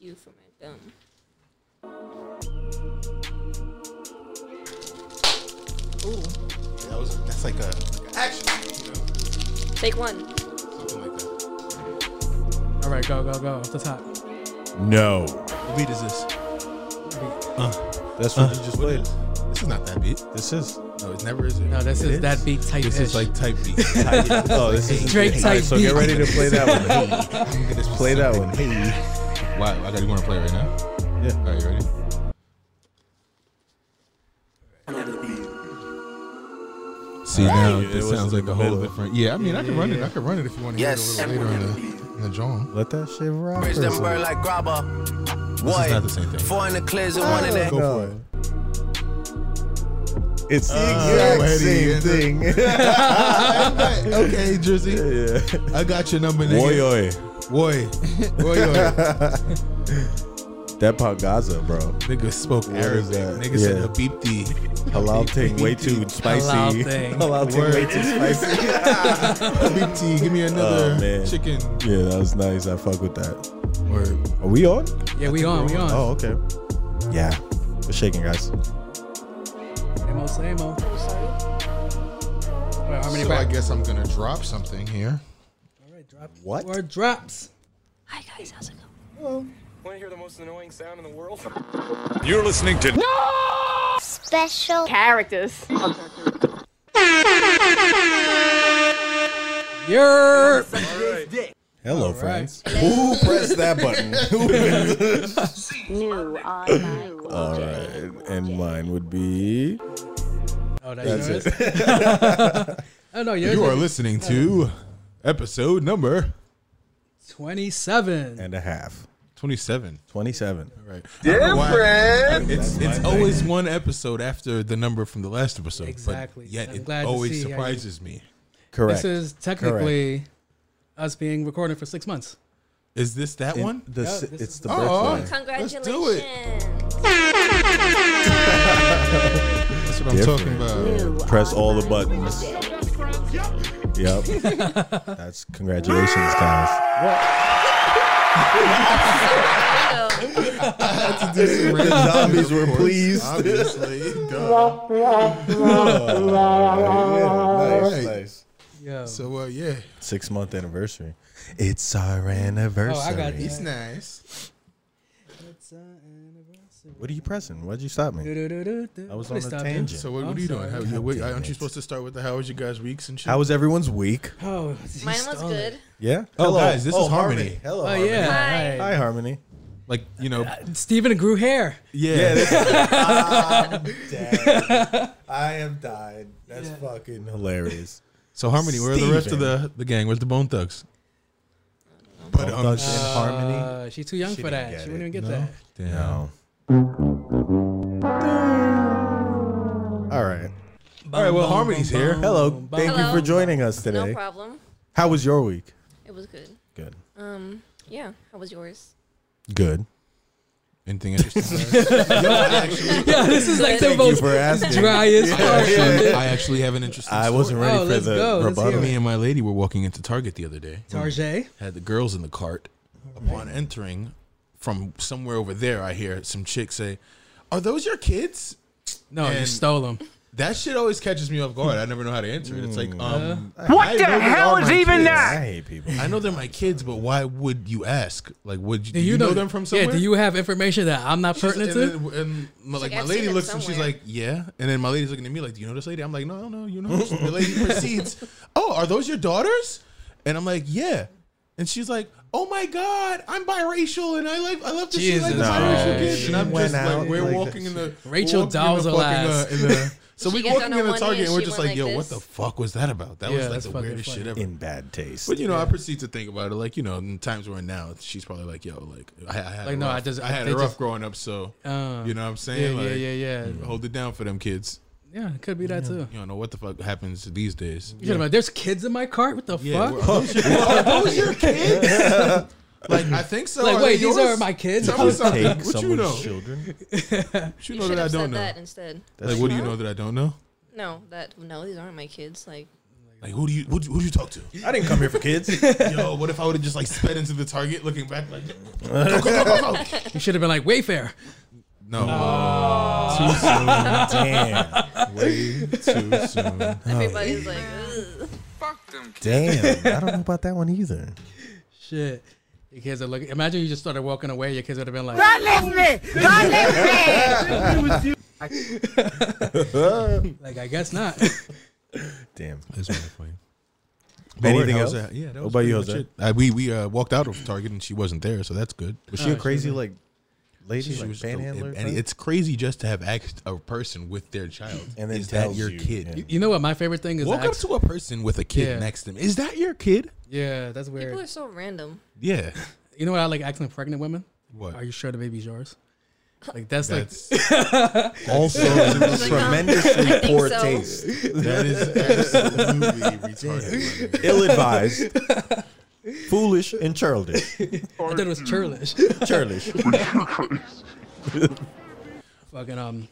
you for my gum. Ooh, That was that's like a like an action, you know, take one. something like that. All right, go, go, go. Off the top. No. What beat is this? That's what you just What played. is- This is not that beat. This is. No, it never is. it? No, this It is, is? that beat type. this is like type beat. Type- oh, this is Drake All type right, so get beat. ready to play that one. I'm gonna just Play that one. Hey. Why? I got you want to play right now? Yeah. All right, you ready? See now, It it was sounds in like the a whole middle. different. Yeah, I mean, I can run it. I can run it if you want to Yes. hear it a little later in the, in the drum. Let that shit rock. Bridge for a them second. bird like grabber. This is not One, the same thing. four in the clears and one in the. Go for it. It's the Already exact in same the- thing. okay, Jersey. yeah. I got your number, nigga. Boy, oi. Boy, boy, uh, yo. That Pagaza, bro. nigga spoke What Arabic. is that? Nigga said Yeah. Habibti. Halal thing way too spicy. Halal thing. Halal thing way Word. too spicy. Habibti, give me another Oh, man. chicken. Yeah, that was nice. I fuck with that. Word. Are we on? yeah, we on, we on. Oh, okay. Yeah. We're shaking, guys. Same old, same old. All right, how many So I back? guess I'm gonna drop something here. All right, drop. What? Word drops. Hi guys, how's it going? Want to hear the most annoying sound in the world? You're listening to special Characters. You're Hello, All right. friends. Who pressed that button? new on my All right. And mine would be. Oh, that's, That's yours. it. Oh no, yours You are is listening to episode number twenty-seven. and a half. 27. 27. Right. Different. It's it's always one episode after the number from the last episode. Exactly. But yet I'm it glad to always see how you- surprises me. Correct. This is technically us being recorded for six months. Is this that It- one? The, s this is- it's the Oh. birthday. Congratulations. do it. That's what I'm Different. talking about. Press all the buttons. Yep. That's congratulations, guys. The zombies were pleased. Obviously. duh. nice, Alright. nice. Yeah. So uh, yeah, Six month anniversary. It's our anniversary. Oh, I got you. it's nice. What are you pressing? Why'd you stop me? I was on a tangent. So what, what I'm are you doing? sorry. How, you, wait, damn aren't it. you supposed to start with the how was your guys weeks and shit? How was everyone's week? Oh, Mine was good. Yeah. Oh, guys, this is Harmony. Hello. Oh Harmony. yeah. Hi, Harmony. like you know, uh, Steven grew hair. yeah. I have died. That's fucking hilarious. so Harmony, where are the rest of Steven. the the gang? Where's the Bone Thugs? But um, Thugs and Harmony. Uh, she's too young She for didn't that. get She wouldn't it. even no? get that. Damn. No. All right. All right, well Harmony's here. Hello. Boom, Thank you Hello. for joining us No today. problem. How was your week? It was good. Good. Yeah. How was yours? Good. Anything interesting? Yeah, this is like Thank the Thank you most for asking. driest I, part. actually, I actually have an interesting. I wasn't story. ready Oh, for let's the go. Let's rebuttal. hear Me and my lady were walking into Target the other day. Tarjay. Had the girls in the cart. Upon entering, from somewhere over there, I hear some chick say, "Are those your kids?" No, you And- stole him. That shit always catches me off guard. I never know how to answer it. It's like, um, What the Oh hell is even I hate people. I know they're my kids, but why would you ask? Like, would you, Do do you know, them from somewhere? Yeah. Do you have information that I'm not She's- pertinent to? and, then- and my, like, like, my "I've lady seen them looks and she's somewhere." like, yeah. And then my lady's looking at me like, do you know this lady? I'm like, no, no, you know. this." the lady proceeds, oh, are those your daughters? And I'm like, yeah. And she's like, oh my god, I'm biracial and I like I love to see like the Jesus biracial Christ. kids. And I'm She went just like, out we're like walking in the we're walking Rachel in the Dow's fucking, ass. uh, in the- So She we gets walking on her in the one knee Target and and we're she just went like, like yo, this. what the fuck was that about? That Yeah, was like that's the fucking weirdest shit funny. ever. In bad taste. But you know, I proceed to think about it. Like you know, in the times we're in now, she's probably like, "Yo, like I, I had Like, it no, rough. I just- I had they it rough just- growing up, so Uh, you know what I'm yeah, saying? yeah, like, yeah, yeah. Hold it down for them kids. Yeah, it could be that too. You don't know what the fuck happens these days. You talking about there's kids in my cart? What the Yeah, fuck? we're- are those your- are those your kids? like I think so. Like, Are wait, they these yours? are my kids. Tell me Would something. take What you someone's know? children. What you You know should that I have don't said know? that instead. Like, what do you know that I don't know? No, that no, these aren't my kids. Like, Like who do you who do who do you talk to? I didn't come here for kids. Yo, what if I would have just like sped into the target, looking back like, go, go, go, go, go. You should have been like Wayfair. no, Uh, too soon, Damn. way too soon. Everybody's like, Ugh. Damn. I don't know about that one either. Shit. Your kids are looking. Imagine you just started walking away. Your kids would have been like, like I guess not. Damn. That's really funny. Anything How's else? that? Yeah, that What was about pretty you, much Jose? it. Uh, we we uh, walked out of Target and she wasn't there, so that's good. Was she Uh, a crazy like lady? She like, was- panhandler. and type? it's crazy just to have asked a person with their child. And then is that tells your you, kid? yeah. You know what my favorite thing is? Walk up ask- to a person with a kid Yeah. next to them. Is that your kid? yeah, that's people weird. are so random. Yeah. You know what I like asking pregnant women? What? Are you sure the baby's yours? Like that's, That's also tremendously poor so. taste. that is absolutely retarded. my nigga. Ill-advised, foolish, and childish. like I thought it was churlish. Childish. Fucking um,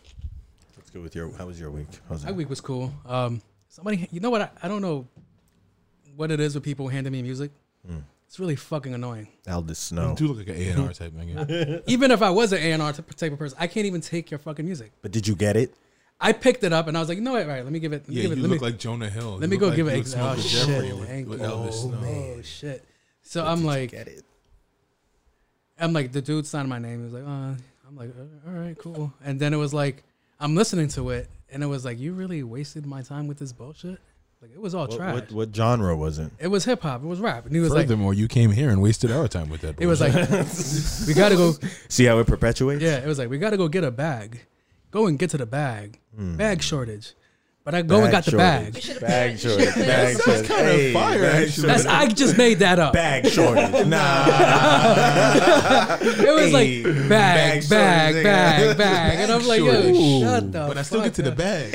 Let's go with your. How was your week? How's my week was cool. Um, somebody, you know what? I, I don't know what it is with people handing me music. Hmm. It's really fucking annoying. Aldous Snow. You do look like an A&R type nigga. Even if I was an A and R type of person, I can't even take your fucking music. But did you get it? I picked it up and I was like, you know what? Right, let me give it. Let me Yeah, give it. you let look me, like Jonah Hill. Let me go give it. an Ex- oh shit! Thank you. Elvis Snow. Oh shit! So I'm like, it. I'm like, the dude signed my name. He was like, uh, I'm like, uh, all right, cool. And then it was like, I'm listening to it, and it was like, you really wasted my time with this bullshit. Like it was all What, trash. what, what genre was it? It was hip hop. It was rap. And he was like, Furthermore, you came here and wasted our time with that. it was like, we gotta go. See how it perpetuates? Yeah, it was like, we gotta go get a bag. Go and get to the bag. Bag shortage. But I go and Hmm. Bag got the bag. shortage. Should've Bag put- shortage. should've Bag put- shortage. kinda Hey, fire, bag actually. That's shortage. I just made that up. Bag shortage. Nah. It was Hey, like bag bag, bag, shortage, bag, nigga. bag, and I'm like, yo, shortage. shut the. but I still get fuck to the up. bag.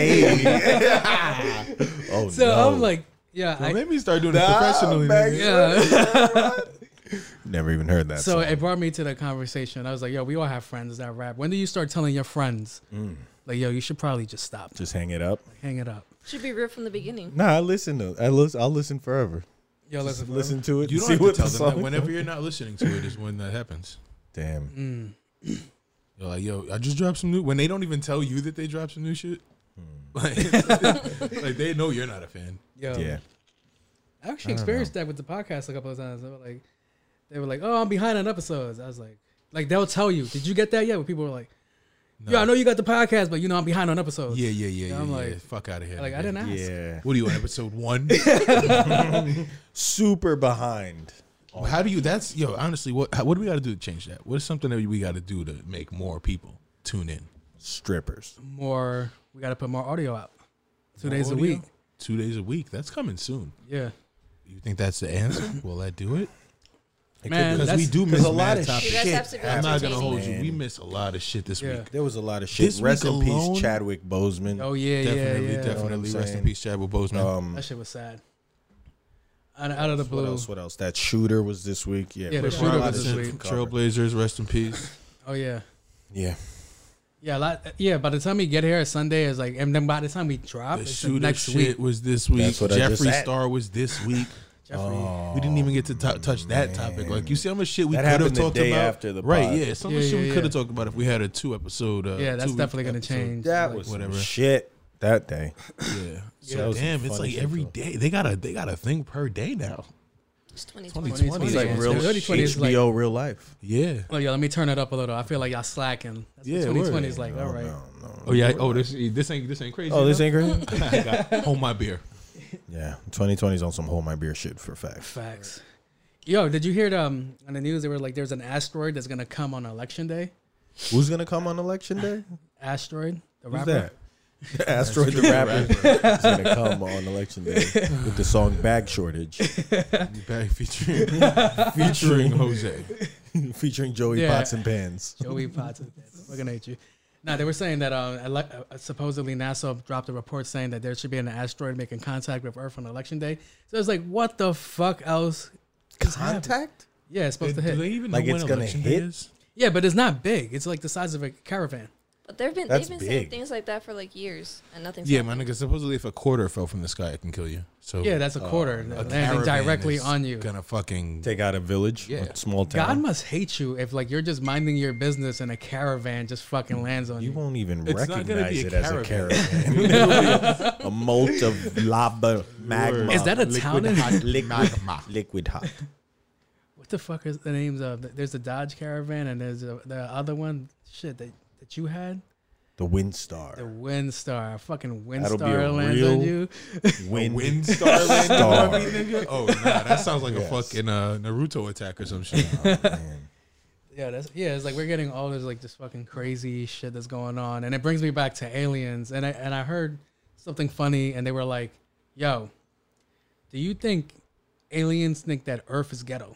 Hey. oh So no. I'm like, yeah, Well, I, maybe start doing it professionally. bag nigga. yeah. never even heard that. song. so it brought me to the conversation. I was like, yo, we all have friends that rap. When do you start telling your friends, Mm. like, yo, you should probably just stop, just hang it up. hang it up. Should be real from the beginning. Nah, I listen to. I listen. I'll listen forever. Yo, listen, bro. Listen to it. You and don't see have to what tell the them song that. Whenever you're not listening to it is when that happens. Damn. Mm. You're like, yo, I just dropped some new. When they don't even tell you that they dropped some new shit, like, like, they know you're not a fan. Yo, Yeah. I actually experienced that with the podcast a couple of times. They were like, they were like, oh, I'm behind on episodes. I was like, like they'll tell you, did you get that yet? But people were like, yo, I know you got the podcast, but you know I'm behind on episodes. Yeah, yeah, yeah, yeah. I'm yeah. like- fuck out of here. Like I nigga. didn't ask. Yeah. What are you on episode one? Super behind. how do you? That's yo. Honestly, what how, what do we got to do to change that? What is something that we got to do to make more people tune in? Strippers. More, we got to put more audio out, two days Audio? a week. Two days a week. That's coming soon. Yeah, You think that's the answer? Will that do it? man, Because we that's- do miss There's a lot of You topics. guys Shit, have to be I'm not gonna entertaining. hold you. Man. We miss a lot of shit this Yeah. week. There was a lot of shit. This Rest week in alone? peace, Chadwick Boseman. Oh yeah, Definitely, yeah, You definitely. yeah. know what I'm Rest in saying? peace, Chadwick Boseman. Um, That shit was sad. Out, out of the what blue. else? What else? That shooter was this week. Yeah. Yeah, the we- shooter a lot was of this shit week. to cover. Trailblazers, rest in peace. Oh yeah, Yeah. yeah. A lot, yeah. By the time we get here, it's Sunday is like, and then by the time we drop, The it's shooter next shit week. was this week. That's what I just Jeffree said. Star was this week. Jeffrey. we didn't even get to t- touch that topic. Like you see how much shit we That could have happened the talked day about after the right? pod. Yeah, so much Yeah, shit we yeah, could yeah. have talked about if we had a two episode. Uh, yeah, that's two-week definitely gonna episode. change. That Like, was whatever. whatever shit that day. Yeah, so that was some damn, it's funny like shit, every though. day they got a they got a thing per day now. It's 2020. 2020, It's 2020. like real 2020 is like- HBO, real life. Yeah. Oh yeah, let me turn it up a little. I feel like y'all slacking. That's Yeah, yeah, 2020 word. is like, all right. Oh yeah. Oh this this ain't this ain't crazy. Oh, this ain't great. ain't. Hold Oh, my beer. yeah, 2020 is on some hold my beer shit for facts. Facts. Yo, did you hear it, um on the news? They were like, there's an asteroid that's gonna come on election day. Who's gonna come on election day? Asteroid, the Who's rapper. that? The asteroid the rapper is gonna come on election day with the song "Bag Shortage" Back featuring featuring Jose. featuring Joey Yeah. Pots and Pans. Joey Pots. Looking at you. Now they were saying that um, ele- uh, supposedly NASA dropped a report saying that there should be an asteroid making contact with Earth on election day. So it's like, what the fuck else? Contact? Yeah, it's supposed Do to they hit. even Like know when it's gonna election hit? day is? Yeah, but it's not big. It's like the size of a caravan. But there have been That's they've been big. saying things like that for like years, and nothing's Yeah, my happened. nigga. Supposedly, if a quarter fell from the sky, it can kill you. So Yeah, that's a quarter. a landing caravan directly is on you. Gonna fucking Take out a village, Yeah. a small God town. must hate you if like you're just minding your business and a caravan just fucking lands on you. you won't even It's not gonna recognize be a it as a caravan. caravan. It'll be a, a molt of lava, magma. Is that a town? In- hot, liquid, liquid hot? what the fuck is the names of? There's the Dodge Caravan and there's a, the other one. Shit that that you had. The Windstar. The Windstar. A fucking That'll be a Windstar lands on real- you. Wind. wind star landing Star. on me, nigga. Oh nah, that sounds like Yes. a fucking uh, Naruto attack or some shit. Yeah, that's yeah. It's like we're getting all this like this fucking crazy shit that's going on, and it brings me back to aliens. And I and I heard something funny, and they were like, "Yo, do you think aliens think that Earth is ghetto?"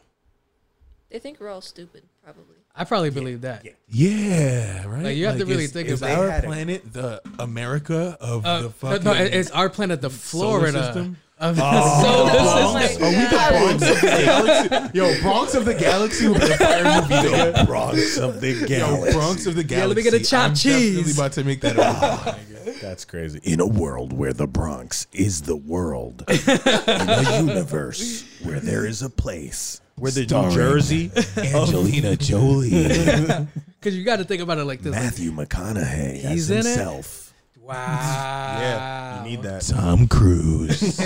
They think we're all stupid, probably. I probably believe that. yeah, right. Like, you have to really is- think is about our it. planet the America of Uh, the no, fucking. no, it- it's our planet, the solar Florida. system? Of the solar Oh, system. my God. Bronx of the galaxy. Yo, Bronx of the galaxy with the fire movie. nigga. Bronx of the Yo, galaxy. Bronx of the galaxy. let me get a chopped I'm definitely cheese. about to make that. up. That's crazy. In a world where the Bronx is the world, in a universe where there is a place where the New Jersey, Angelina Jolie. Because you got to think about it like this. like, Matthew McConaughey as He's in it? himself. wow. you need that. Tom Cruise.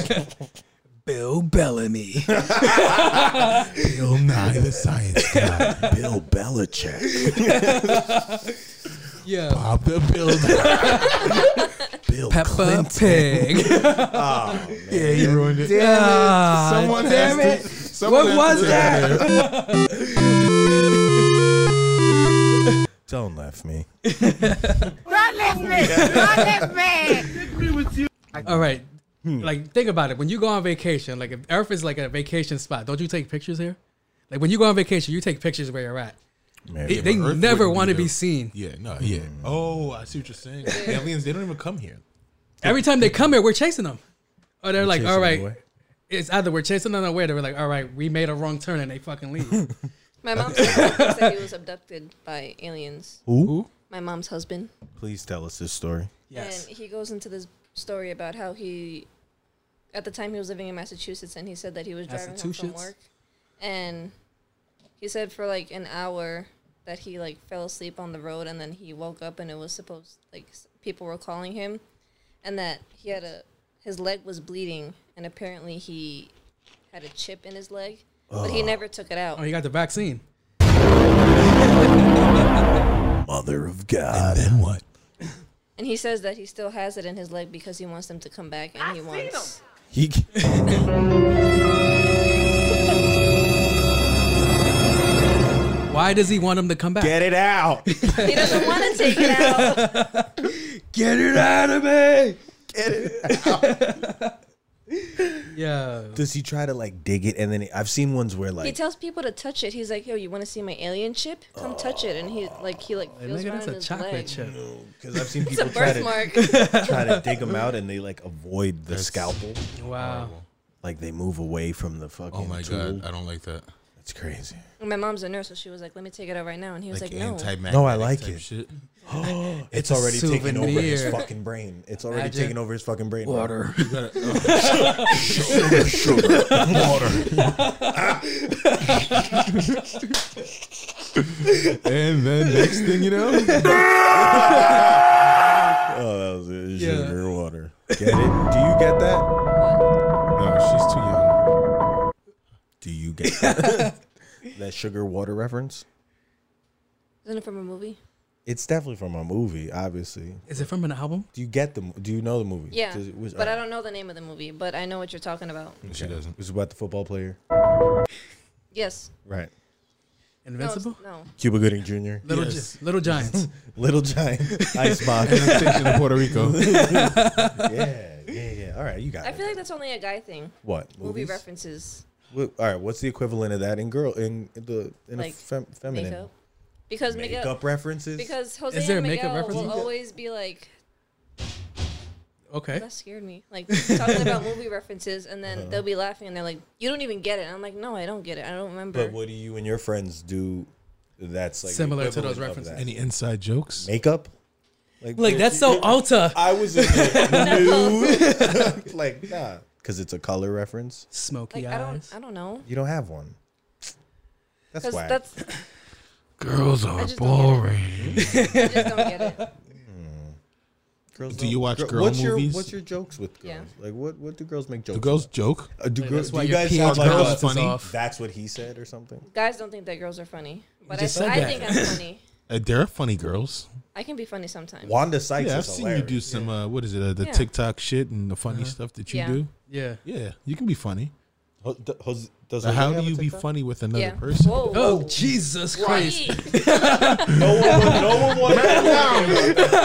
Bill Bellamy. Bill Nye the Science Guy. Bill Belichick, yeah. Bob the Builder. Bill Peppa Clinton. Pig. Yeah, you ruined it. God Someone damn has it. to- someone What has was to- that? Don't laugh me. Not listening. Not listening. All right. Like, think about it. When you go on vacation, like if Earth is like a vacation spot, don't you take pictures here? Like when you go on vacation, you take pictures where you're at. They, Maybe. they Earth never wouldn't want to be be the- seen. Yeah, no, yeah. Oh, I see what you're saying. Aliens, they don't even come here. Every time they come here, we're chasing them. Or they're like, Chasing all right, away. it's either we're chasing them away. They were like, all right, we made a wrong turn, and they fucking leave. Uh, My mom's husband said he was abducted by aliens. Who? My mom's husband. Please tell us this story. yes. And he goes into this story about how he, at the time he was living in Massachusetts, and he said that he was driving home from Massachusetts? work, and he said for like an hour that he like fell asleep on the road, and then he woke up, and it was supposed like s- people were calling him, and that he had a his leg was bleeding, and apparently he had a chip in his leg, but he never took it out. Oh, he got the vaccine. Mother of God. Then what? And he says that he still has it in his leg because he wants them to come back, and he wants. He, Why does he want him to come back? get it out. He doesn't want to take it out. Get it out of me. yeah. Does he try to like dig it? And then I've seen ones where like He tells people to touch it. He's like, "Yo, you want to see my alien chip? Come touch it." And he like he like feels Nigga, around that's a his chocolate leg. chip. because I've seen It's a people try to birthmark. try to dig them out and they like avoid the scalpel, Wow. like they move away from the fucking. Oh my tool. god, I don't like that. It's crazy. And my mom's a nurse, so she was like, "Let me take it out right now." And he was like, Oh. "No." anti-magnetic No, I like type it. Shit. It's already taken over his souvenir. fucking brain. It's already Imagine. taken over his fucking brain. Water. oh. sugar, sugar, water. And then next thing you know, Oh, that was it. Yeah. Sugar, water. Get it? Do you get that? no, she's too young. Do you get that? that sugar water reference? Isn't it from a movie? It's definitely from a movie, obviously. Is it from an album? Do you get the? Do you know the movie? Yeah, Does it- was- uh, but I don't know the name of the movie, but I know what you're talking about. She doesn't. It was about the football player, Yes. right? No, Invincible? No. Cuba Gooding Jr., Little, Gi- Yes. Little Giants. Little Giant, Icebox. Annexation of Puerto Rico. yeah, yeah, yeah. All right, you got I it. feel like that's only a guy thing. what Movie movies? references, Wh- All right, what's the equivalent of that in girl in the in a like fem, feminine makeup, because makeup, Miguel, references? because Jose Is there and a makeup Miguel reference? will always be like, Okay. that scared me. Like talking about movie references, and Uh-huh. then they'll be laughing, and they're like, "You don't even get it." And I'm like, "No, I don't get it. I don't remember." but what do you and your friends do? That's like Similar to equivalent those of references. E- that? Any inside jokes? makeup. Like, Like that's so Alta. I was in the nude. like, nah. Because it's a color reference. Smoky Like I don't, eyes. I don't know. You don't have one. That's Because why. that's Girls are just don't boring. I just don't get it. girls Do don't- you watch gir- girl what's movies? Your, what's your jokes with girls? Yeah. Like, what, what do girls make jokes? Do girls joke? about? Uh, do, Like, girls, that's do why you your guys pH have like balance a, is funny? off. that's what he said or something? Guys don't think that girls are funny, but I, just said I that. think I'm funny. Uh, there are funny girls. I can be funny sometimes. Wanda Sykes Yeah, I've is seen hilarious. Uh-huh. you do some. Uh, what is it? Uh, the Yeah. TikTok shit and the funny stuff that you Yeah. do. Yeah. Yeah, you can be funny. Ho- d- Jose- does Now, Jose how Oh, have do a you be TikTok? funny with another Yeah. person? Whoa. Oh Jesus Christ! Why? No one, no one warned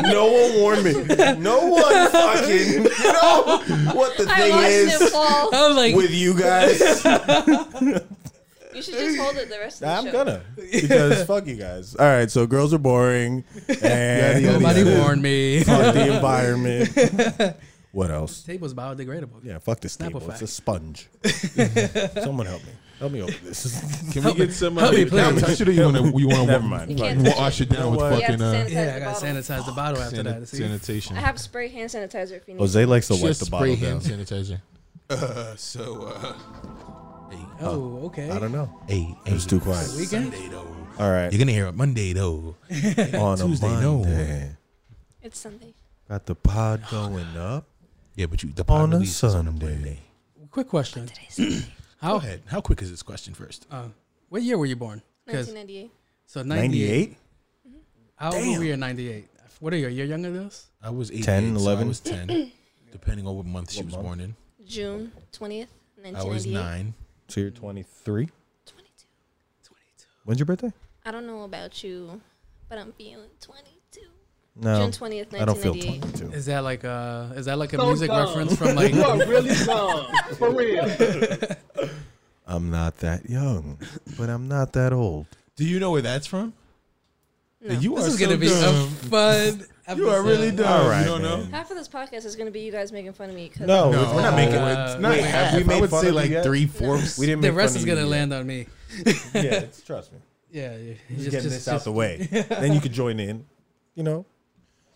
me. No one warned me. No one fucking. You know what the I thing watched it is fall. I'm like, with you guys? You should just hold it the rest of the show. I'm gonna because fuck you guys. All right, so girls are boring and nobody warned me. Fuck the environment. What else? Table's biodegradable. Yeah, fuck this table. Snapple It's a sponge. Someone help me. Help me open this. Can we get some? Uh, help me, please. down touch it or you want to? You want to? Never mind. can't touch Wash it down with You have to fucking uh, sanitize Yeah, I the gotta bottle. sanitize the bottle after sanit- that. See? sanitation. I have spray hand sanitizer if you need. Jose likes to She wipe has the spray bottle hand down. sanitizer. Uh, so uh, Oh, okay. I don't know. hey, It was too quiet. Weekend. though. All right. You're gonna hear it Monday though. on Tuesday, a no. Monday. It's Sunday. Got the pod going up Yeah, but you the pod on a release is on a Sunday. Monday. Quick question. Go How? ahead. How quick is this question first? Uh, what year were you born? 'Cause- 1998. so 98. 98? How old Damn. were you in 98? What are you? A year younger than us? I was 88, 10, so I 11? was ten, depending on what month she What was month? born in. June 20th, I was 1998. nine. So you're 23? 22. When's your birthday? I don't know about you, but I'm feeling 22. No. June 20th, 1998. I don't feel 22. Is that like uh is that like a So music dumb. reference from like You are really dumb. For real. I'm not that young, but I'm not that old. Do you know where that's from? No. You this are is gonna so be a dumb. fun You are really episode. dumb. All right, you don't man. know. Half of this podcast is going to be you guys making fun of me. 'cause No, No. we're not making Uh, it. not Wait, half. have we made I would fun say of you like yet? three fourths. We didn't The make rest fun is of you gonna yet. land on me. Yeah, it's, trust me. Yeah, yeah. Just, Just, getting just, this out just the way. then you could join in. You know?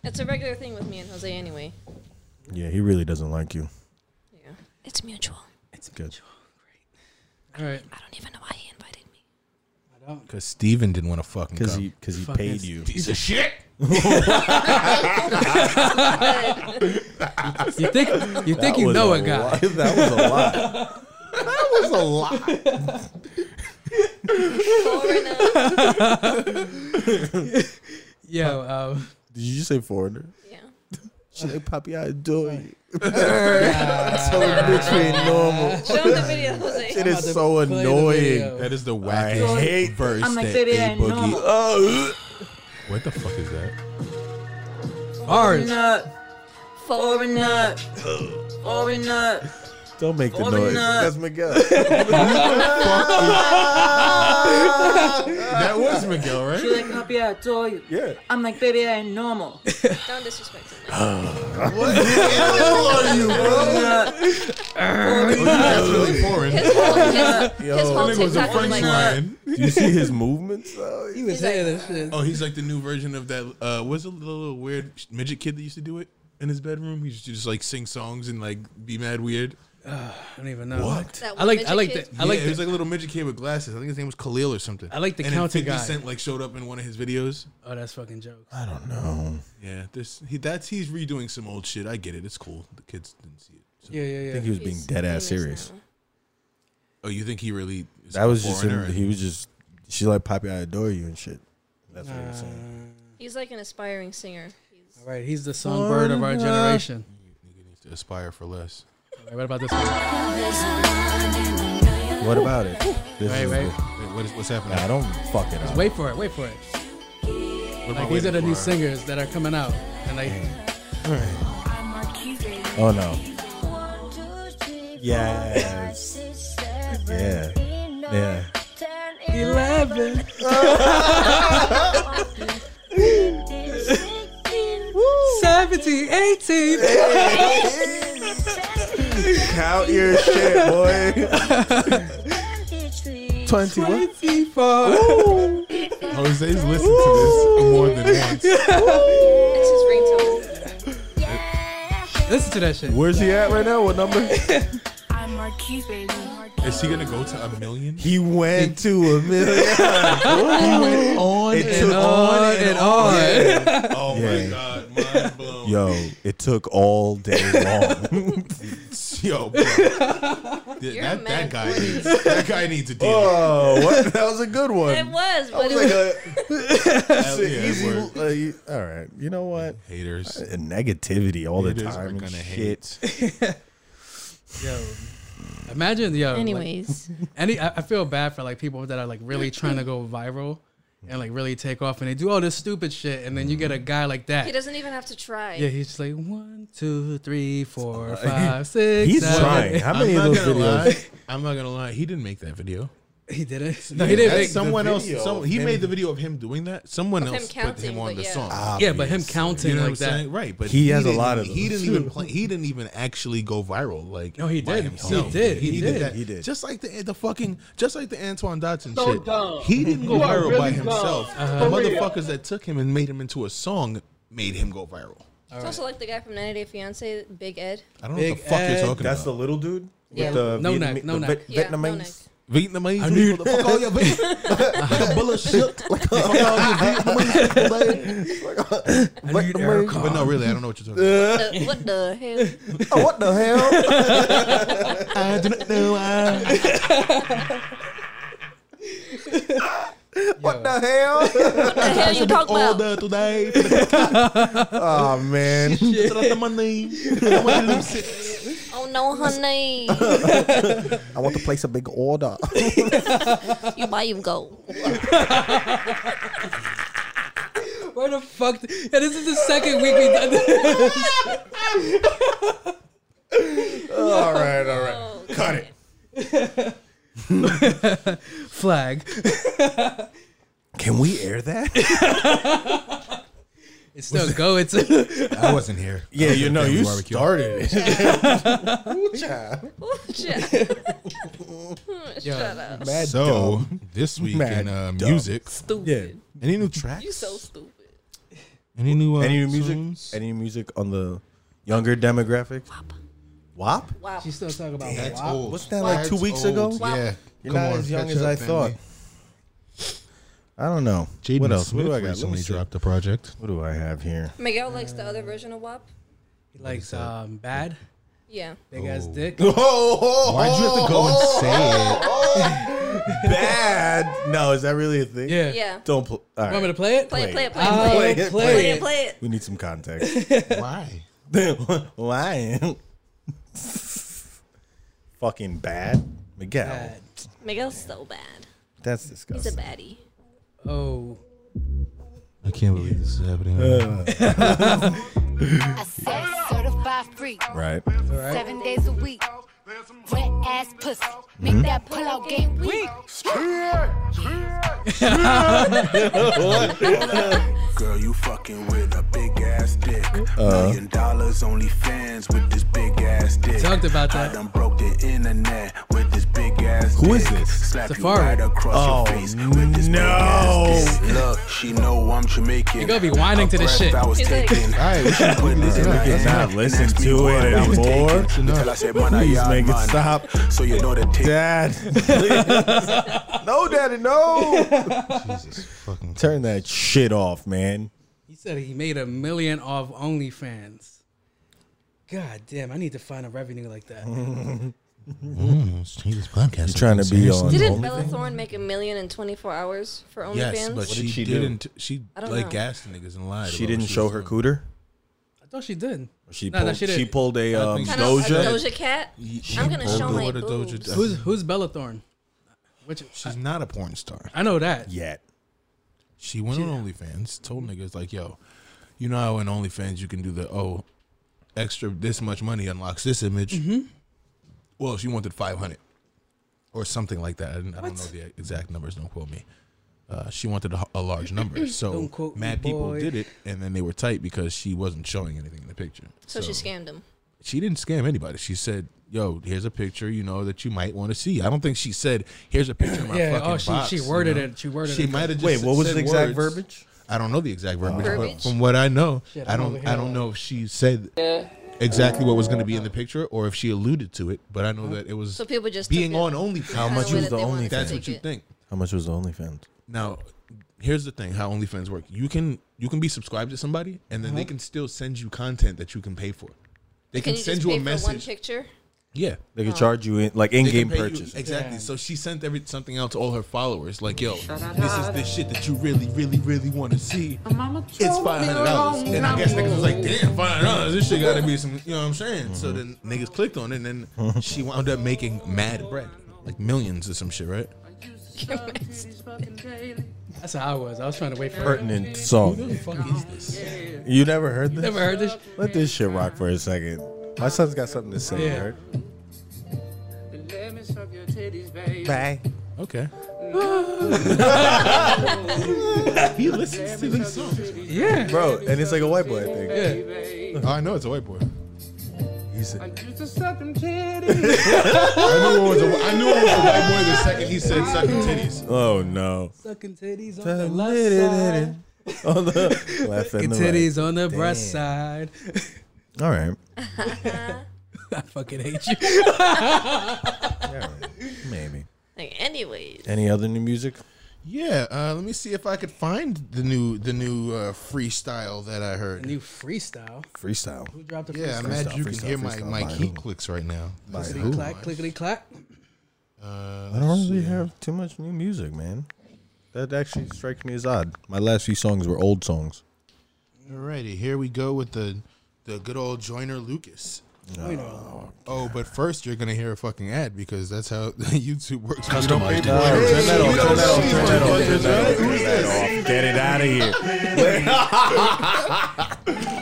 It's a regular thing with me and Jose anyway. Yeah, he really doesn't like you. Yeah. It's mutual. Good. all right. I don't even know why he invited me. I don't. Because Steven didn't want to fucking Because come. he, cause he Fuck paid this. you. Piece of shit. You think you think That you was know a a guy? lot. That was a lot. that was a lot. Foreigner. Yo, um, Did you just say foreigner? yeah. She's like, Papi, I adore you. yeah. Tell her bitch you ain't normal. Show him the video, Jose. It about is to so play the video. annoying. That is the I wackiest hate verse I'm like, that "Baby, A I know." Boogie. Oh, What the fuck is that? Ours. Foreigner. Foreigner. don't make the Oh, noise. no. That's Miguel. that was Miguel, right? You're like, Papi, I adore you. Yeah. I'm like, baby, I ain't normal. Don't disrespect him. Who are you, bro? That's really foreign. His whole, his, his whole Yo, It was a TikTok was like, punchline. do you see his movements? though? He was He's like- saying this shit. Oh, he's like the new version of that. Uh, was the little weird midget kid that used to do it in his bedroom? He used to just like sing songs and like be mad weird. I don't even know. What? that I like. I midget like kid. that. I like. yeah, he was the- like a little midget kid with glasses. I think his name was Khalil or something. I like the and then counter 50 guy. Cent like showed up in one of his videos. oh, that's fucking jokes. I don't know. Yeah, this he that's he's redoing some old shit. I get it. It's cool. The kids didn't see it. So- Yeah, yeah, I yeah. think he was being He's dead ass famous serious. now. Oh, you think he really? Is That a was just foreigner him. He was just. She's like, Papi, I adore you and shit. That's what he was saying. He's like an aspiring singer. He's, All right, he's the songbird of our generation. Nigga needs to aspire for less. All right, what about this one? All What about it? This right, is right. the- Wait, what is what's happening? Nah, don't fuck it up. Wait for it. Wait for it. What am I Like these are waiting the new for? singers that are coming out, and like Oh no. Yes. Yeah. Yeah. eleven. Seventeen, eighteen. Count your shit, boy. 21. 24. Jose's listened to this more than once. It's his ringtone. Listen to that shit. Where's he at right now? What number? I'm Marquise, baby. Is he gonna go to a million? He went to a million. on It And took on and on. Oh Yeah. my god, mind blown. Yo, Yo, it took all day long. bro. Th- that, mad that guy boy. needs that guy needs a deal. oh, what? That was a good It one. was, but it Like was a, Hell it's an yeah, easy. word. uh, you- all right, you know what? Haters. And negativity all the Haters are time. and gonna shit. Yo, imagine yo. like, anyways. any, I, I feel bad for like people that are like really trying to go viral and like really take off, and they do all this stupid shit, and then you get a guy like that. He doesn't even have to try. yeah, he's just like one, two, three, Uh, four, five, six. He's seven, trying. eight." How I'm many of not those gonna videos? lie. I'm not gonna lie. He didn't make that video. He didn't. No, he didn't. That's make the someone else. video Some, of he him- made the video of him doing that. Someone him else put counting, him on but the yeah. song. Yeah, but him Obviously. counting You know what I'm like that. saying? Right, but Ah, He has a didn't- lot of He those, didn't too. even play, he didn't even actually go viral. Like No, he by did. He himself. did. He did. that. He did. Just like the the fucking just like the Antoine Dotson So shit. dumb. He didn't go You are viral by really dumb. himself. Uh-huh. The For real. motherfuckers that took him and made him into a song made him go viral. It's also like the guy from 90 Day Fiance, Big Ed. I don't know Big what the fuck Ed. you're talking That's the about. little dude with Yeah. the No Vietnam- neck, no the neck. Viet- Yeah, no Vietnamese. neck. Vietnamese people, the fuck all your Viet- like a bullet shook. Like a fuck all your Vietnamese. I need air con. But no, really, I don't know what you're talking about. Uh, what the hell? Oh, what the hell? I do not know why. what the hell? What the hell you talking about? order today for the oh man. rest of my name. I want you to leave six. Oh no, honey. I want to place a big order. you buy him go. Where the fuck? Yeah, this is the second week we done this. all right, all right. Oh, Cut it. Flag. Can we air that? It's still go. It's yeah. I wasn't here. yeah, you know, you Barbecue. started it. shit. Shut up. so this week Mad in uh, dumb. music, Stupid. any new tracks? You so stupid. any new uh, Any new music? songs? Any music on the younger demographic? WAP? Wow. She's still talking about That's WAP. old. What's that, like, two That's weeks old. ago? Yeah, You're not as young catch as up, I thought. family. I don't know. Jaden what else? Smith what do I got? Let me recently see. dropped a project. What do I have here? Miguel likes the other version of WAP. He likes um bad Yeah. big ass Oh. dick. Why'd you have to go and say it? Bad. No, is that really a thing? Yeah. Yeah. Don't pl- all right. Want me to play it? Play Wait. it, play it, play it, I'll play play it. it. Play it, play it. We need some context. Why? Why? Fucking bad, Miguel. Bad. Miguel's so bad. That's He's a disgusting. baddie. Oh. I can't believe this is happening. right Uh, now. I said certified freak, right? seven days a week. Wet ass pussy, make that pull out game weak. Girl, you fucking with a big ass dick. Uh-huh. Million dollars only fans with this big ass dick. Talked about I that. done broke the internet with this big ass Who dick. is this? Slap Safari. you right across Oh, your face with this big no. ass dick. Look, she know I'm Jamaican. You gotta be whining to this Her shit. breath I was He's like- taking. right, we should Put this in Right. my hand Not and listen asked me to what it I was anymore. taking. It's enough. Till I said, man, I Please yard, make it man. stop. So you know the tick. Dad, please. no, Daddy, no. Jesus fucking. Turn that shit off, man. He said he made a million off OnlyFans. God damn, I need to find a revenue like that. Jesus podcast. You trying to be on? Didn't only- Bella Thorne make a million in 24 hours for OnlyFans? Yes, but did she, she do? didn't. She I don't like know. gassed niggas and lied. She about didn't what show was her doing. cooter. I thought she did. She No, no, pulled. she she, didn't. pulled a I um, think Kinda like doja. a Doja Cat. She I'm gonna pulled show her my with a Doja- boobs. Who's who's Bella Thorne? Which She's not a porn star. I know that. Yet. She went on OnlyFans, told niggas like, "Yo, you know how in OnlyFans you can do the oh, extra this much money unlocks this image." Mm-hmm. Well, she wanted five hundred or something like that. I, didn't, I don't know the exact numbers. Don't quote me. Uh, she wanted a, a large number, so Don't quote me, mad people boy. did it, and then they were tight because she wasn't showing anything in the picture. So she scammed him. She didn't scam anybody. She said yo, here's a picture, you know, that you might want to see. I don't think she said, here's a picture of my Yeah, fucking oh, she- box," she you worded know? it. She worded She it. might have just Wait, what was said the exact words. verbiage? I don't know the exact verbiage, but Verbiage? from what I know, Shit, I I'm don't over I here. don't know if she said exactly what was going to be in the picture or if she alluded to it, but I know that it was So people just being took on it OnlyFans. kinda much way was that the they wanted OnlyFans? to That's take what you it. think. How much was the OnlyFans? Now, here's the thing: how OnlyFans work. You can you can be subscribed to somebody, and then they Uh-huh. can still send you content that you can pay for. They Can can, you send just you pay a for one message. picture? Yeah, They could charge you in like They can in-game pay you- purchase. exactly. Yeah. So she sent every something out to all her followers, like, "Yo, this is the shit that you really, really, really want to see." It's five hundred dollars, and I guess niggas was like, "Damn, five hundred dollars. This shit gotta be some." You know what I'm saying? So then niggas clicked on it, and then she wound up making mad bread, like millions or some shit, right? That's how I was. I was trying to wait for it. Pertinent song. You never heard this? Never heard this. Let this shit rock for a second. My son's got something to say. Yeah. right? Let me suck your titties, baby. Okay. he listens to these songs. Yeah. bro. And it's like a white boy thing. Yeah. I know it's a white boy. He said, Used to suck them titties. I knew it was a, I knew it was a white boy the second he said sucking titties. "Oh no." Sucking titties on the left side. On the left and Sucking the titties right. on the breast Damn. side. All right. I fucking hate you. Maybe. Like, anyways, Any other new music? Yeah, uh, let me see if I could find the new the new uh, freestyle that I heard. New freestyle. Freestyle. Who dropped the Yeah, freestyle? I'm mad you can freestyle, hear my, freestyle. my By key who? clicks right now. Let's Clickety clack, clickety clack. Uh, I don't really have too much new music, man. That actually strikes me as odd. My last few songs were old songs. alrighty, here we go with the the good old Joiner Lucas. You know, Oh, but first you're gonna hear a fucking ad because that's how YouTube works. You don't pay Customized. for turn it. that off. Turn that off. see Turn that off. motherfuckers, Turn that off. Turn that right? off. Get it out of here.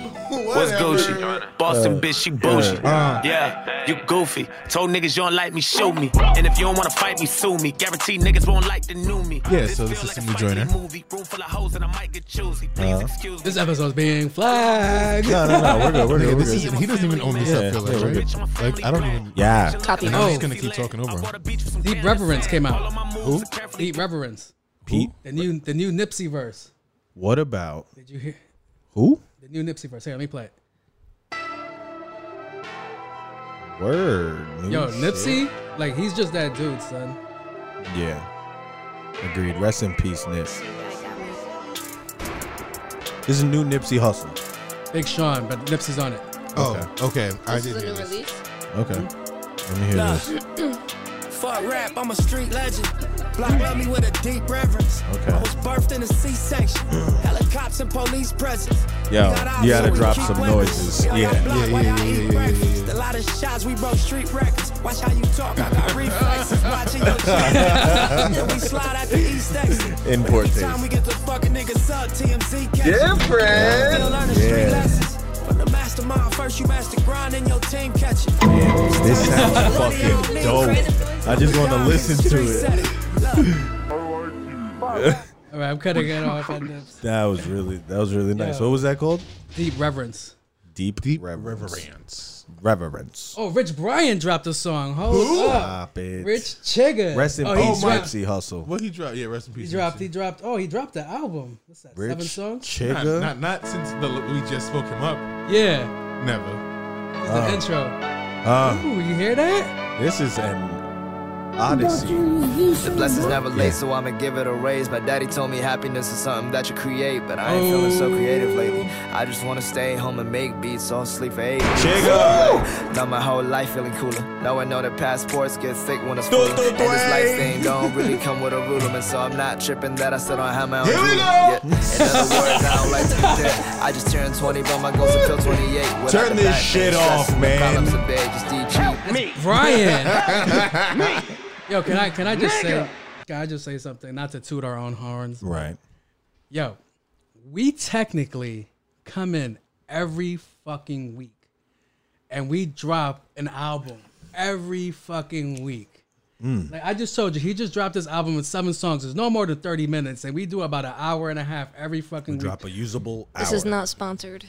What's Gucci? Boston bitch, she bougie. Uh. yeah, you goofy. Told niggas you don't like me, shoot me. And if you don't wanna fight me, sue me. Guarantee niggas won't like the new me. Yeah, so this feel is like a Cindy Spike Lee Joyner. movie. Room full of hoes and I might get choosy. Please Uh-huh. excuse me. this episode's being flagged. No, no, no. We're good. We're Nigga, good. We're this good. isn't, he doesn't even own this Yeah, up, feel yeah, like, we're right? good. Like, I don't even. Yeah. copy I'm that. just gonna keep talking over him. Deep Reverence came out. Who? Deep Reverence. Pete, The new the new Nipsey verse. what about Did you hear who? the new Nipsey verse? Here, let me play it. Word. New Yo, shit. Nipsey, like he's just that dude, son. Yeah. Agreed. Rest in peace, Nips. This is new Nipsey Hustle. Big Sean, but Nipsey's on it. Oh, okay. I This is did a hear new this. release. Okay. Let me hear this. Fuck rap, I'm a street legend. Block love me with a deep reverence. Okay. I was birthed in a C section. Helicopters and police presence. Yo, you gotta So we drop keep some weapons. noises. Yo, I Yeah. block Yeah, yeah, while I yeah, eat yeah, yeah, breakfast. yeah. A lot of shots, we broke street records. Watch how you talk, I got reflexes. Watching your check. And we slide out the East Exit. Import taste. Every time we get the fucking niggas up, TMZ catch us. Different. Still learning street Yeah. lessons. From the mastermind, first you master grind and your team catch it. Yeah, This sounds fucking dope. I just want to listen to it. All right, I'm cutting it off at Nips. That was really, that was really nice. Yeah. What was that called? Deep Reverence. Deep, Deep reverence. reverence. Reverence. Oh, Rich Brian dropped a song. Hold up. Stop it. Oh, Rich Chigga. Ah, Rest in oh, peace, He dropped, Nipsey Hustle. What he dropped? Yeah, rest in peace. he dropped. Nipsey. He dropped. Oh, he dropped the album. What's that? Rich Seven songs. Not, Chigga. not, not since the, we just spoke him up. Yeah, Never. it's the intro. Uh, Ooh, you hear that? this is an odyssey. The blessings never late, so I'ma give it a raise. My daddy told me happiness is something that you create, but I ain't feeling so Oh. creative lately. I just wanna stay home and make beats, all sleep for eight. Chigga! Now my whole life feeling cooler. Now I know that passports get thick when it's full. And this life thing don't really come with a ruler, and so I'm not tripping that I still don't have my own. Here we go! In other words, I don't like to compare. I just turned 20, but my goals are still 28. Without Turn the this bad shit things, off, stressing, the man. Problems are big, just DG. Brian. Yo, can I can I just say can I just say something? Not to toot our own horns. Right. Yo, we technically come in every fucking week and we drop an album every fucking week. Mm. Like I just told you, he just dropped this album with seven songs. It's no more than 30 minutes, and we do about an hour and a half every fucking week. Drop a usable hour. This is not sponsored.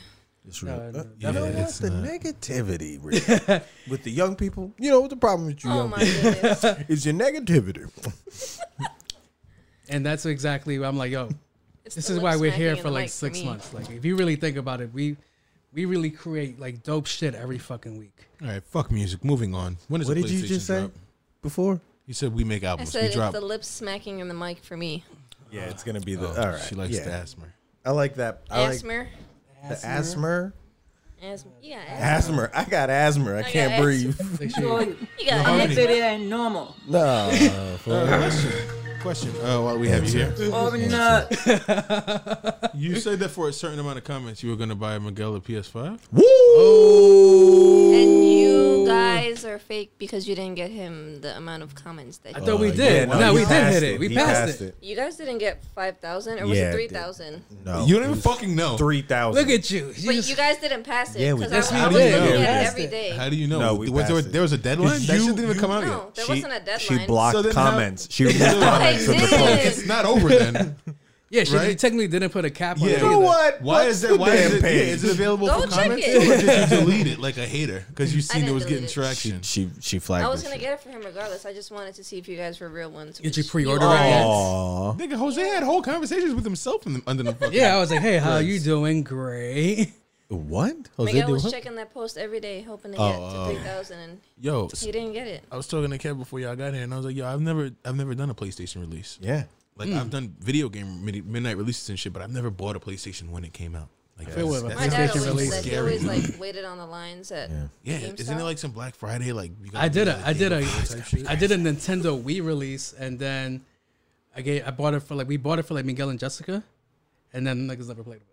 It's real. No, no, Uh, you know definitely what? it's The not. negativity Rick, with the young people. You know what the problem with you Oh young my people is your negativity. And that's exactly where I'm like, yo, It's this the is why lip we're here smacking in for the like mic for six me. months. Like, if you really think about it, we we really create like dope shit every fucking week. All right, fuck music. Moving on. When is What the did you PlayStation just say drop? before? You said we make I albums. said we it's drop. the lips smacking in the mic for me. Yeah, it's gonna be the. Oh, all right, She likes yeah. the asthma. I like that. I like Asthma. the asthma. Asthma. Yeah. Asthma. I got asthma. I, got can't asthma. breathe. Like, asthma. she- You got harmony. asthma. ain't normal. no. fool. question. Question. Uh, while we have you here, Oh, no. you said that for a certain amount of comments, you were going to buy Miguel a PS5. Woo! And you guys are fake because you didn't get him the amount of comments that I you thought we Uh, did. yeah, no, no, we he did passed hit it. it. We He passed, passed it. it. You guys didn't get 5,000 or was Yeah, it I did. 3,000? No. You don't even fucking know. three thousand. Look at you. You But just- you guys didn't pass it. Yeah, we 'cause did. I, I Yes, was we did. looking Yeah, we at it passed every it. day. How do you know? No, we was there, passed it. there was a deadline. That you- shit didn't even you- come out No. yet. There wasn't a deadline. She blocked So then how- comments. she removed comments from the did. post. It's not over then. yeah, she right? you technically didn't put a cap on Yeah. it. You know either. what? Why What's is the it? Why is damn it? Yeah, page? is it available Go for check comments? it. Or did you delete it like a hater because you seen it didn't was getting delete it. traction? She she flagged. I was going to get it for him regardless. I just wanted to see if you guys were real ones. Did you which pre-order it are. yet? Aww. Nigga, Jose had whole conversations with himself in the, under the fucking. Yeah, I was like, hey, how you doing? Great. What? Jose Miguel did was what? checking that post every day, hoping to get Oh, oh. to 3,000, and Yo, he didn't get it. I was talking to Kev before y'all got here, and I was like, "Yo, I've never, I've never done a PlayStation release. Yeah. Like, I've done video game mid- midnight releases and shit, but I've never bought a PlayStation when it came out. Like, Fair that's- weather. My dad that's- PlayStation always release. said he always like waited on the lines at yeah, GameStop. isn't it like some Black Friday? Like, you gotta I did wait a, like I did day a, before type shit? I did a Nintendo Wii release, and then I gave, I bought it for like we bought it for like Miguel and Jessica, and then niggas never played with it.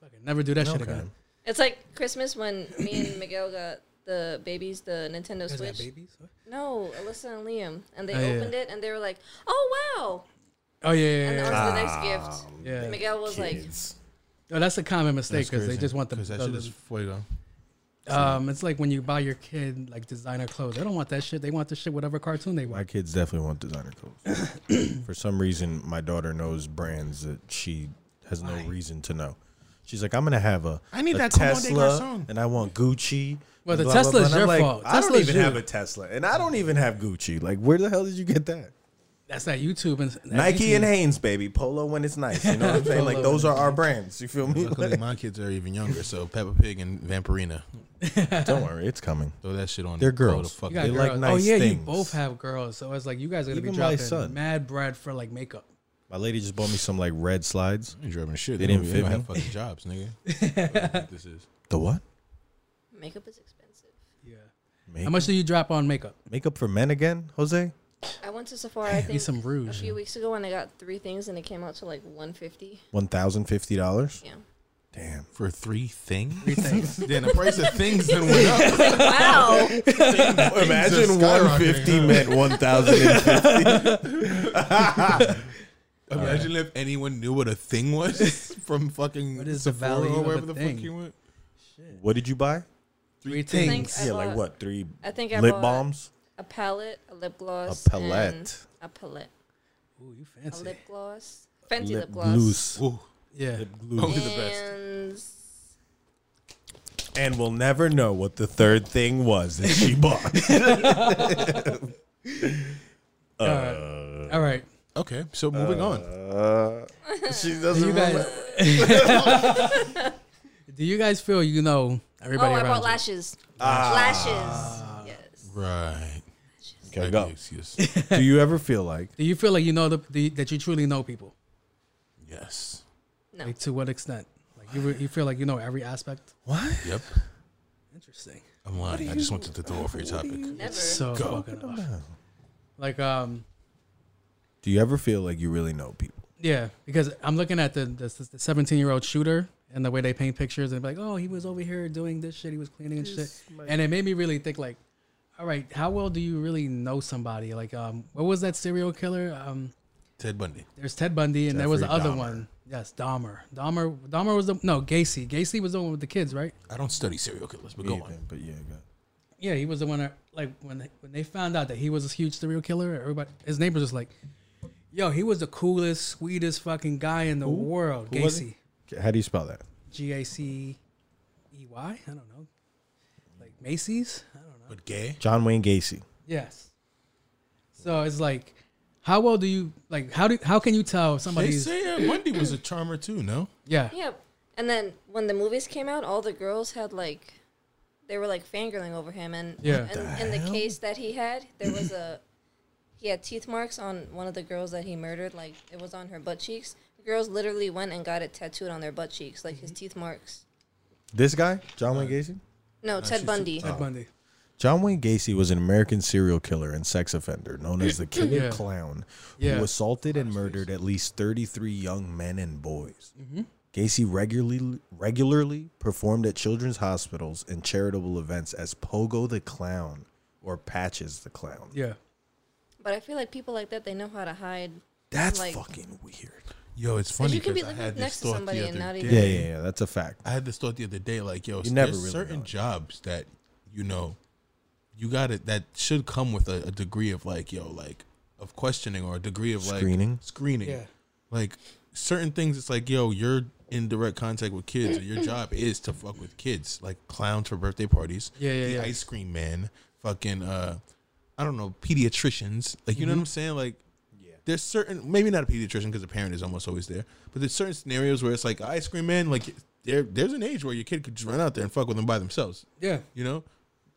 Fucking never do that shit again. It's like Christmas when me and Miguel got the babies, the Nintendo Is that Switch. babies? No, Alyssa and Liam, and they Oh, yeah. opened it and they were like, "Oh wow!" Oh yeah, yeah, And uh, yeah, on yeah. to the next Ah, gift. yeah. Miguel was like, Oh, that's a common mistake because they crazy, just want the. 'cause that shit is fuego. um, it's like when you buy your kid like designer clothes. They don't want that shit. They want the shit whatever cartoon they My want. kids definitely want designer clothes. For some reason, my daughter knows brands that she has no reason to know. She's like, I'm gonna have a I need a that Como de Tesla, Garcon. and I want Gucci. and Well, the blah, blah, Tesla blah." is And I'm your like, fault. I don't Tesla is even you. have a Tesla, and I don't even have Gucci. Like, where the hell did you get that? That's that YouTube and that Nike YouTube. and Hanes, baby. Polo when it's nice. You know what I'm saying? Like, Polo those are our brands. You feel me? Luckily, my kids are even younger, so Peppa Pig and Vampirina. Don't worry, it's coming. Throw that shit on. They're them. Throw girls. The fuck You got They out. like girls. oh nice yeah, you things. both have girls, so it's like you guys are gonna Even be my dropping son. mad bread for like makeup. My lady just bought me some like red slides. They ain't driving shit. They They, didn't didn't don't fit have fucking jobs, nigga. Fuck this is. The what? "Makeup is expensive." Yeah. Make, How much do you drop on makeup? makeup for men again, Jose? I went to Sephora. I think some rouge. a few weeks ago, and I got three things, and it came out to like one fifty. One thousand fifty dollars. Yeah. Damn. For three things? Three things. Then the price of things then went up. Wow. Imagine Things are skyrocketing, 150 meant 1,050. Imagine if anyone knew what a thing was from fucking What is the Sephora value or of wherever a the thing? fuck you went. what did you buy? Three I things. think I yeah, bought like what? Three I think I lip bought- balms? A palette, a lip gloss, A palette. and a palette, Ooh, you a fancy. lip gloss, Fenty lip, Lip gloss, gloss. Ooh, Yeah. Lip gloss. and And we'll never know what the third thing was that she bought. Uh. All right. okay. So moving on. Uh, she Do doesn't you guys? do you guys feel you oh, know everybody I around? bought you? lashes. Ah. Lashes. Yes. Right. Okay, go. Thank you, Yes. Do you ever feel like Do you feel like you know the, the that you truly know people? Yes. No. Like to what extent? Like you re- you feel like you know every aspect. what? Yep. Interesting. I'm lying. I just wanted to throw off your topic. Never. So fucking off. Like um Do you ever feel like you really know people? yeah because I'm looking at the the, the 17 year old shooter and the way they paint pictures and be like oh he was over here doing this shit he was cleaning and shit and it made me really think like all right how well do you really know somebody like um what was that serial killer um Ted Bundy. There's Ted Bundy, and there was the Jeffrey other Dahmer. one. Yes, Dahmer. Dahmer. Dahmer was the no Gacy. Gacy was the one with the kids, right? I don't study serial killers, but go on. But yeah, go. Yeah, he was the one. That, like when they, when they found out that he was a huge serial killer, everybody, his neighbors was like, "Yo, he was the coolest, sweetest fucking guy in the world." Who was Gacy. How do you spell that? G A C EY. I don't know. Like Macy's. I don't know. But gay? John Wayne Gacy. Yes. So it's like, how well do you like? How do how can you tell if They somebody's? say uh, Wendy was a charmer too, no? Yeah. Yep. And then when the movies came out, all the girls had like, they were like fangirling over him. And Yeah. and, in the case that he had, there was a, he had teeth marks on one of the girls that he murdered. Like it was on her butt cheeks. Girls literally went and got it tattooed on their butt cheeks, like his Mm-hmm. teeth marks. This guy, John Wayne Gacy. No, Ted Bundy. Oh. Ted Bundy. John Wayne Gacy was an American serial killer and sex offender known as the Killer Yeah. Clown, Yeah. who assaulted and murdered at least 33 young men and boys. Mm-hmm. Gacy regularly regularly performed at children's hospitals and charitable events as Pogo the Clown or Patches the Clown. Yeah. But I feel like people like that, they know how to hide. That's like, fucking weird. Yo, it's But funny you could be because I living had next this to thought somebody the and not other even- Yeah, day. yeah, yeah. That's a fact. I had this thought the other day, like, yo, never there's really certain know. jobs that you know you got it that should come with a, a degree of like, yo, like of questioning or a degree of like Screening? screening. Yeah. Like certain things, it's like, yo, you're in direct contact with kids, or your job is to fuck with kids, like clowns for birthday parties. Yeah, yeah, the yeah. ice cream man, fucking, uh, I don't know, pediatricians. Like, Mm-hmm. you know what I'm saying? Like, there's certain maybe not a pediatrician because a parent is almost always there, but there's certain scenarios where it's like ice cream man, like there there's an age where your kid could just run out there and fuck with them by themselves, Yeah. you know,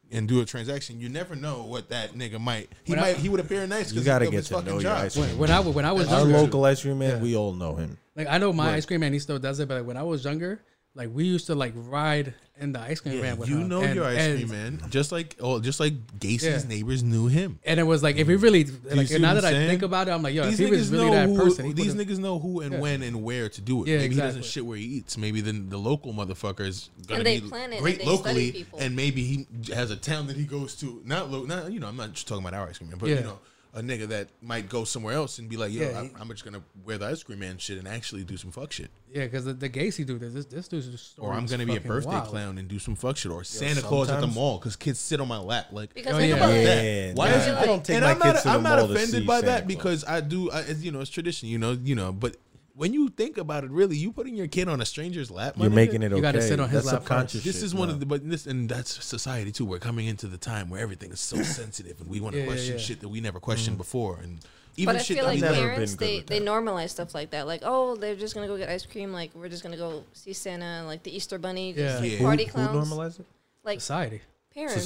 and do a transaction. You never know what that nigga might he When I- might he would appear nice You because got to of get his to fucking know your job. ice cream When man. I when I was Our younger, local ice cream man, we all know him. like I know my ice cream man, he still does it, but like, when I was younger, like we used to like ride in the ice cream Yeah, van. With you him, know and, your ice and, cream man, just like oh, just like Gacy's Yeah. neighbors knew him. And it was like if he really like see now what that I'm I saying? think about it, I'm like, yo, these if he was niggas really know that who, person, he these would've- niggas know who and Yeah. when and where to do it. Yeah, maybe he exactly. doesn't shit where he eats. Maybe then the local motherfucker is gonna And they be plan it and great they study locally, people. and maybe he has a town that he goes to. Not lo- not you know. I'm not just talking about our ice cream man, but Yeah. you know. A nigga that might go somewhere else and be like, yo, Yeah, I'm, he- I'm just gonna wear the ice cream man shit and actually do some fuck shit, yeah, because the, the Gacy dude, this this dude's just or I'm gonna be a birthday clown and do some fuck shit, or Santa Claus at the sometimes- mall because kids sit on my lap. Like, Because Oh, think yeah. about Yeah, that. why nah, is it I don't take and my I'm kids not, to the I'm not mall to offended see by Santa that Claus. because I do. I, it's, you know, it's tradition. You know, you know. But when you think about it, really, you putting your kid on a stranger's lap. my you're nigga, making it okay. You gotta sit on his That's lap first. subconscious. This shit, is one nah. of the but this and that's society too. We're coming into the time where everything is so sensitive and we want to Yeah, yeah, question yeah. shit that we never questioned before and even But I shit feel that like we never never. parents been good they, with they that. normalize stuff like that. Like, oh, they're just gonna go get ice cream. Like, we're just gonna go see Santa and like the Easter Bunny. just, Yeah. like, Yeah. party Who- who clowns. normalized it? like Society, parents,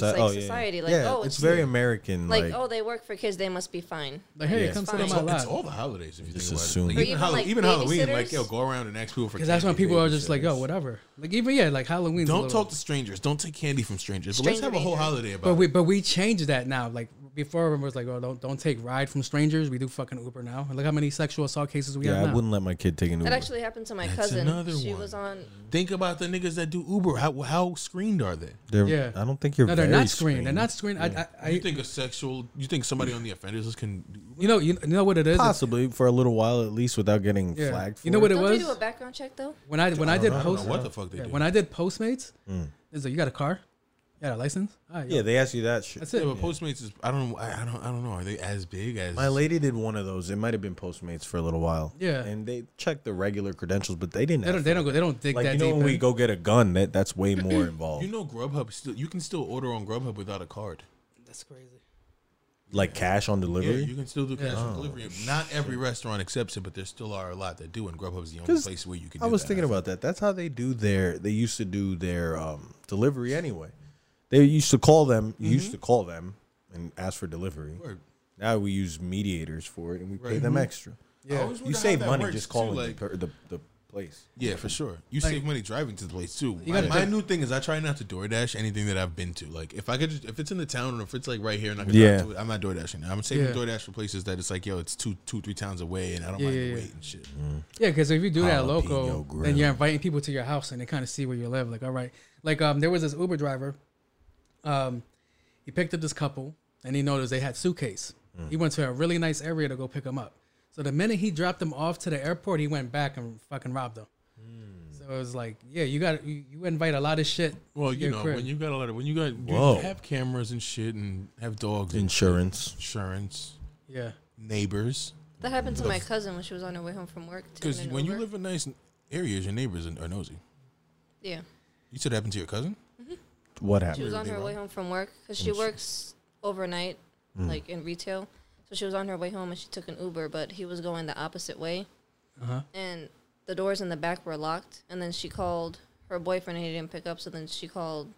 Soci- like yeah, yeah. society. Like, Yeah, oh, it's very American. like, Like, oh, they work for kids. They must be fine. like hey, Yeah. come sit on Fine. It's my all- it's lap. all the holidays if you Just think about assume. it. Like, Or even, even, Hall- like, even Halloween, like babysitters? yo, go around and ask people for. Because that's when candy, people are baby just like, "Oh, shit. yo, whatever. Like even yeah, like Halloween. Don't talk to strangers. Don't take candy from strangers. But let's Stranger have a whole danger. holiday about. But it. we but we changed that now. Like before, it was like, oh, don't don't take ride from strangers. We do fucking Uber now. And look how many sexual assault cases we yeah, have I now. wouldn't let my kid take an Uber. That actually happened to my That's cousin. another she one. was on. Think about the niggas that do Uber. How how screened are they? They're- Yeah. I don't think you're. no, they're very not screened. They're not screened. I, I, I You think a sexual? You think somebody on the offenders list can? do Uber? you know you, know what it is. Possibly for a little while at least without getting Yeah. flagged. For You know what It, it Don't they was do a background check though? when I when I, did I don't know post what the fuck they yeah, do. when I did Postmates. It's like you got a car, you got a license. All right, yo, Mm. yeah, they ask you that shit. that's yeah, it. but Postmates is. I don't. I I don't. I don't know. Are they as big as? My lady did one of those. It might have been Postmates for a little while. Yeah. and they checked the regular credentials, but they didn't. They don't have they don't go they don't dig like that you know deep. when we in. go get a gun, that that's way more involved. you know, Grubhub. Still, you can still order on Grubhub without a card. That's crazy. like cash on Yeah, delivery. you can still do cash Oh, on delivery. Not every restaurant accepts it, but there still are a lot that do, and Grubhub is the only 'Cause place where you can. I do was that. thinking about that. That's how they do their. They used to do their um, delivery anyway. They used to call them. You Mm-hmm. used to call them and ask for delivery. Word. Now we use mediators for it, and we pay them extra. I always You wonder how save that money works, just too, calling like- the, per- the the place. Yeah, for sure. You save money driving to the place too. My, gotta my think- new thing is I try not to DoorDash anything that I've been to. Like if I could, just, if it's in the town or if it's like right here and I can Yeah. drive to it, I'm not DoorDashing. I'm saving Yeah. DoorDash for places that it's like yo, it's two, two, three towns away, and I don't Yeah, mind yeah, the yeah. wait and shit. Mm. Yeah, because if you do that Jalapeno local, grill. then you're inviting people to your house and they kind of see where you live. Like, all right, like um, there was this Uber driver. Um, he picked up this couple and he noticed they had suitcase. Mm. He went to a really nice area to go pick them up. So the minute he dropped them off to the airport, he went back and fucking robbed them. So it was like, yeah, you got you, you invite a lot of shit. Mm. Well, to you your know, crib. when you got a lot of when you got you Whoa. have cameras and shit and have dogs and Insurance. insurance, yeah, neighbors. That happened to my cousin when she was on her way home from work. Because taking an when you Uber. live in nice areas, your neighbors are nosy. yeah, You said it happened to your cousin? What She was happened? on her way home from work because she works overnight, Mm. like in retail. So she was on her way home and she took an Uber, but he was going the opposite way. Uh-huh. And the doors in the back were locked. And then she called her boyfriend and he didn't pick up. So then she called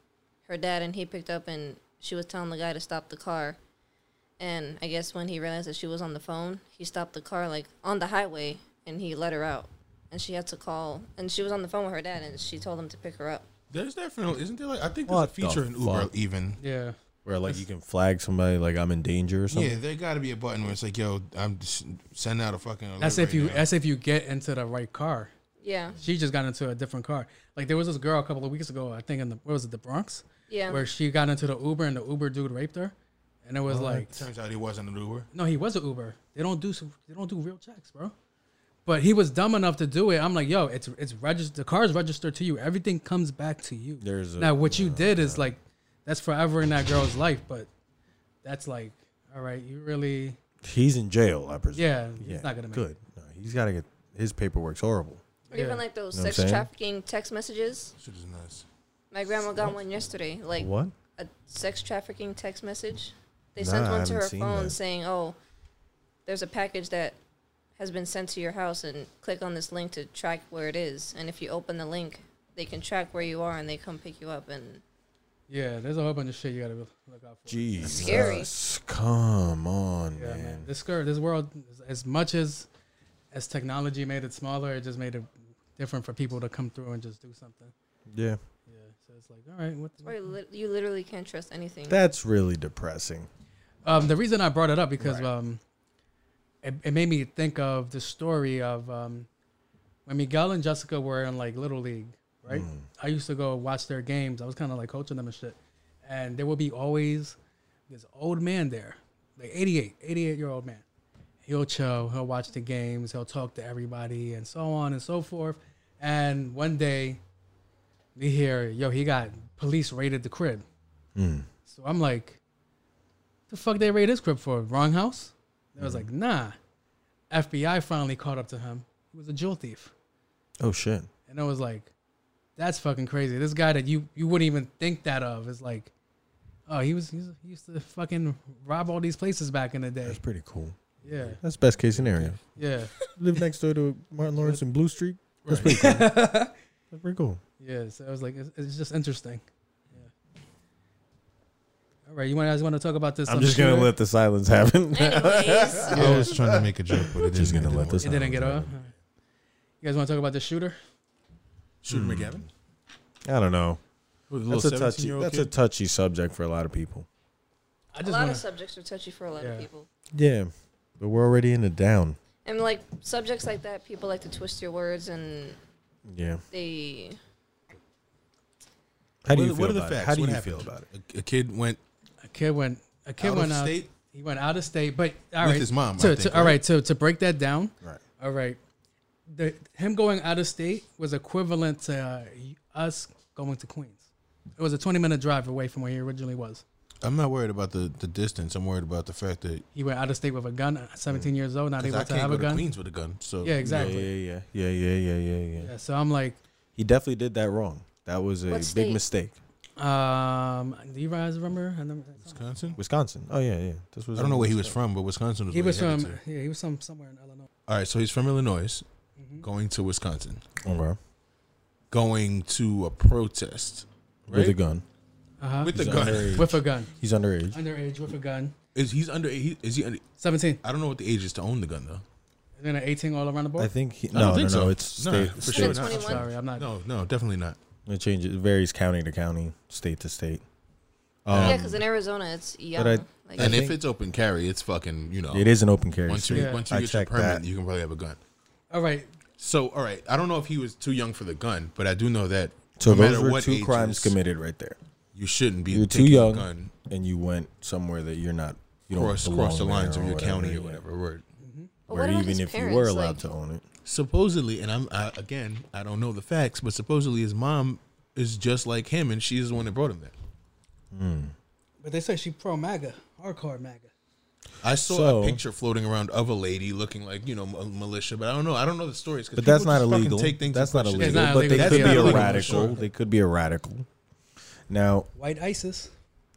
her dad and he picked up and she was telling the guy to stop the car. And I guess when he realized that she was on the phone, he stopped the car like on the highway and he let her out. And she had to call. And she was on the phone with her dad and she told him to pick her up. There's definitely isn't there like I think there's What a the feature in Uber fuck? even. Yeah. Where like you can flag somebody like I'm in danger or something. Yeah, there got to be a button where it's like, yo, I'm just sending out a fucking. Alert That's if right you. e-, now. That's if you get into the right car. Yeah. She just got into a different car. Like there was this girl a couple of weeks ago, I think in the where was it, the Bronx? Yeah. Where she got into the Uber and the Uber dude raped her, and it was like, turns out he wasn't an Uber. no, he was an Uber. They don't do su- they don't do real checks, bro. But he was dumb enough to do it. I'm like, yo, it's it's registered. The car's registered to you. Everything comes back to you. There's a- now what you did is like, that's forever in that girl's life. But that's like, all right, you really He's in jail, I presume. Yeah, he's not gonna make good. No, he's got to get his paperwork's horrible. Or even like those Know what I'm sex saying? trafficking text messages. Shit is nuts. My grandma got one yesterday. Like What? A sex trafficking text message. They Nah, sent I one to haven't her seen phone that. saying, "Oh, there's a package that has been sent to your house, and click on this link to track where it is. And if you open the link, they can track where you are, and they come pick you up." And yeah. There's a whole bunch of shit you gotta look out for. Jeez, Scary. Come on, Yeah, man. man. This girl, this world, as- as much as as technology made it smaller, it just made it different for people to come through and just do something. Yeah, Yeah. So it's like, all right, what? that's why you, lit you literally can't trust anything. that's really depressing. Um, the reason I brought it up because um, it, it made me think of the story of um, when Miguel and Jessica were in like little league, right? I used to go watch their games. I was kind of like coaching them and shit, and there would be always this old man there, like 88, 88 year old man. He'll chill. He'll watch the games. He'll talk to everybody and so on and so forth. And one day, we hear, "Yo, he got police raided the crib." Mm. So I'm like, the fuck they raid his crib for? Wrong house? And I was like, nah. FBI finally caught up to him. He was a jewel thief. Oh shit. And I was like, that's fucking crazy. This guy that you, you wouldn't even think that of is like, oh, he was, he was- he used to fucking rob all these places back in the day. That's pretty cool. Yeah. That's best case scenario. Yeah. Live next door to Martin Lawrence and Blue Street. That's pretty cool. That's pretty cool. Yeah. So I was like, it's, it's just interesting. Yeah. All right. You want guys want to talk about this? I'm um, just gonna shooter? let the silence happen. Anyways, I was trying to make a joke, but it Just didn't- gonna it let this. It didn't get off. All right. You guys want to talk about the shooter? Shooter Hmm. McGavin. I don't know. Who, the That's little a touchy. 17-year-old That's a kid? touchy subject for a lot of people. I a just lot want of subjects are touchy for a lot Yeah. of people. Yeah, but we're already in the down. And like subjects like that, people like to twist your words, and Yeah. they How do What- you feel what are the about facts? it? How do What you happened? feel about it? A, a kid went A kid went. A kid Out of went out. state? He went out of state, but all right. With his mom, I To, think, to- right? All right. To to break that down. Right. All right. The him going out of state was equivalent to uh, us going to Queens. It was a twenty minute drive away from where he originally was. I'm not worried about the, the distance. I'm worried about the fact that He went out of state with a gun. at Seventeen years old, not 'cause able Mm-hmm. I to can't have go a to gun. Queens with a gun. So Yeah, exactly. Yeah, Yeah, yeah, yeah, yeah, yeah, yeah, yeah. so I'm like, He definitely did that wrong. That was a What big state? mistake. um, do you guys remember? I remember Wisconsin. Wisconsin. Oh yeah, yeah. This was. I don't know where he was from. from, but Wisconsin was. he where was had from. it to. Yeah, he was from somewhere in Illinois. All right, so he's from Illinois, Mm-hmm. going to Wisconsin, Okay. going to a protest With a Right? gun. Uh-huh. with a He's gun. underage. With a gun, He's underage. underage with a gun, Is he's under? He, is he under? seventeen, I don't know what the age is to own the gun though. and then an eighteen all around the board. I think. He, don't no, think no, no. so. It's Nah, state. for state. sure Sure, not. I'm 21. sorry, I'm not. No, no, definitely not. It changes. It varies county to county, state to state. Yeah, 'cause yeah, because in Arizona it's young. Um, I- like, And if think- it's open carry, it's fucking you know. It is an open carry. Oh. Once you state. Yeah. once you I get your checked permit, that. you can probably have a gun. All right, So all right, I don't know if he was too young for the gun, but I do know that So no those matter were what two age crimes is, committed right there. You shouldn't be You're too taking a young, gun and you went somewhere that you're not. You don't cross belong cross the there lines of or your whatever, county yeah. or whatever. Word. But Or what about even his if you parents? were allowed Like, to own it. supposedly, and I'm I, again, I don't know the facts, but supposedly his mom is just like him, and she's the one that brought him there. But they say she pro MAGA, hardcore MAGA. I saw So- a picture floating around of a lady looking like you know ma- militia, but I don't know. I don't know the stories. 'cause But that's people not just fucking illegal. Take things That's and not question illegal. it. not but illegal. they That's could not be a illegal, radical. sure. They could be a radical. Now, White ISIS.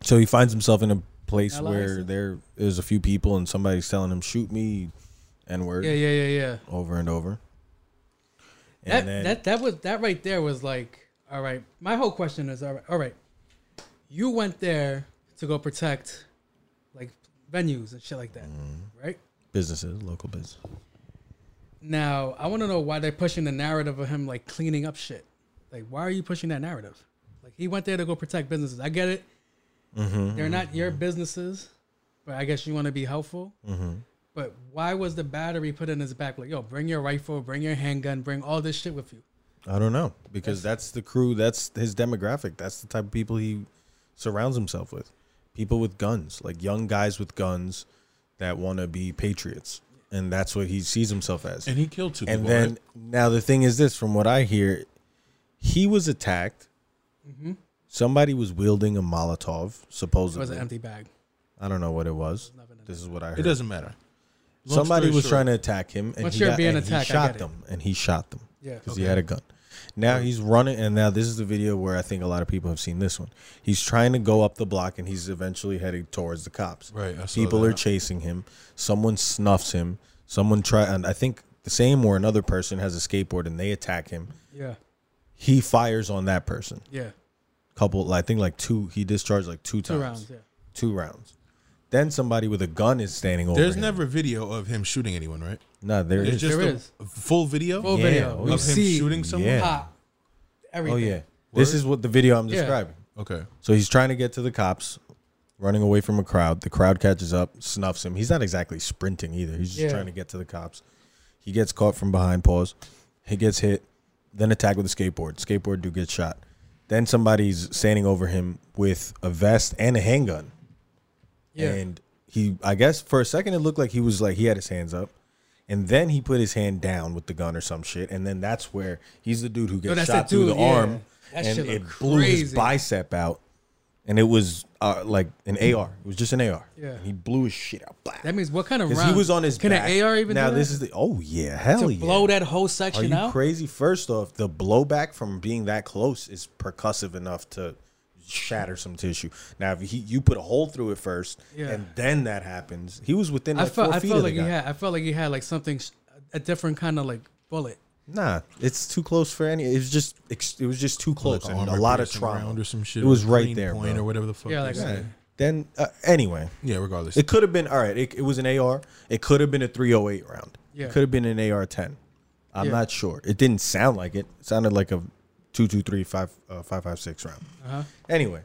so he finds himself in a place Allies. where there is a few people, and somebody's telling him, "Shoot me," and word Yeah, yeah, yeah, yeah. over and over. And that then, that that was that right there was like all right my whole question is all right all right you went there to go protect like venues and shit like that right businesses, local business. now i want to know why they're pushing the narrative of him like cleaning up shit like why are you pushing that narrative like he went there to go protect businesses i get it Mm-hmm. they're not your businesses but i guess you want to be helpful Mm-hmm. but why was the battery put in his back like yo bring your rifle bring your handgun bring all this shit with you I don't know because that's the crew. That's his demographic. That's the type of people he surrounds himself with. People with guns, like young guys with guns that want to be patriots, and that's what he sees himself as. And he killed two And people. then right? now the thing is this: from what I hear, he was attacked. Somebody was wielding a Molotov, it was an supposedly. empty bag I don't know what it was. This is what I heard. it doesn't matter. Long Somebody story was short, trying to attack him, and Once he you're got- being and he attacked, I shot get it. them, and he shot them. Yeah. because he had a gun. Now he's running, and now this is the video where I think a lot of people have seen this one. He's trying to go up the block, and he's eventually heading towards the cops. Right, I saw people that. are chasing him. Someone snuffs him. Someone try, and I think the same or another person has a skateboard, and they attack him. yeah He fires on that person. yeah Couple, I think like two. He discharged like two Two times. rounds, yeah. Two rounds. Then somebody with a gun is standing over. There's him. never video of him shooting anyone, right? No, there There's is. just There a is. full video. Full Yeah, video. we of We him see shooting someone. Ah, Yeah. pop, everything. Oh yeah. This Word? is what the video I'm Yeah. describing. Okay. So he's trying to get to the cops, running away from a crowd. The crowd catches up, snuffs him. He's not exactly sprinting either. He's just Yeah. trying to get to the cops. He gets caught from behind, pause. He gets hit, then attacked with a skateboard. Skateboard dude gets shot. Then somebody's standing over him with a vest and a handgun. Yeah. And he I guess for a second it looked like he was like he had his hands up. And then he put his hand down with the gun or some shit. And then that's where he's the dude who Yo, gets that's shot that through dude, the yeah. arm. That and shit it look blew his crazy. bicep out. And it was uh, like an AR. It was just an AR. Yeah. And he blew his shit out. Black. That means what kind of Because round? he was on his Can back. an AR even now do this that? is the oh yeah hell to yeah blow that whole are section you out? crazy? First off, the blowback from being that close is percussive enough to shatter some tissue. Now, if he, you put a hole through it first, Yeah. and then that happens, he was within I like felt four I feet felt of like the he guy. had I felt like he had like something s- a different kind of like bullet. Nah, it's too close for any. It was just ex- it was just too close, Like and a armor lot of piercing trauma. round or some shit. It was or right green there, point bro. or whatever the fuck. Yeah, they like- say. Yeah. Then uh, anyway, yeah. Regardless, It could have been all right. It, it was an AR. It could have been a 308 round. Yeah. It could have been an AR 10. I'm Yeah. not sure. It didn't sound like it. It sounded like a 223 five, uh, 556 round. Uh-huh. Anyway,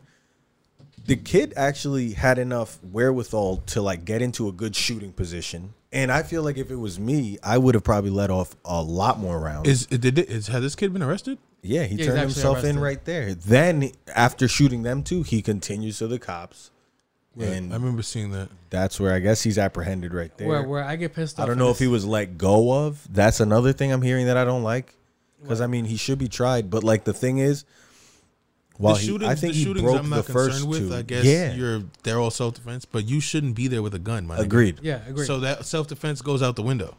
the kid actually had enough wherewithal to like get into a good shooting position. And I feel like if it was me, I would have probably let off a lot more rounds. is did it, is has this kid been arrested? Yeah, he he's turned actually himself in arrested. right there. Then after shooting them two, he continues to the cops. I And remember seeing that. that's where I guess he's apprehended right there. Where where I get pissed off. I don't at know this. if he was let go of. That's another thing I'm hearing that I don't like. Because I mean, he should be tried, but like the thing is, while the he- shootings, I think the he shootings broke I'm the not first concerned with. two. I guess yeah, you're they're all self defense, but you shouldn't be there with a gun. My nigga. agreed. Yeah, agree. So that self defense goes out the window.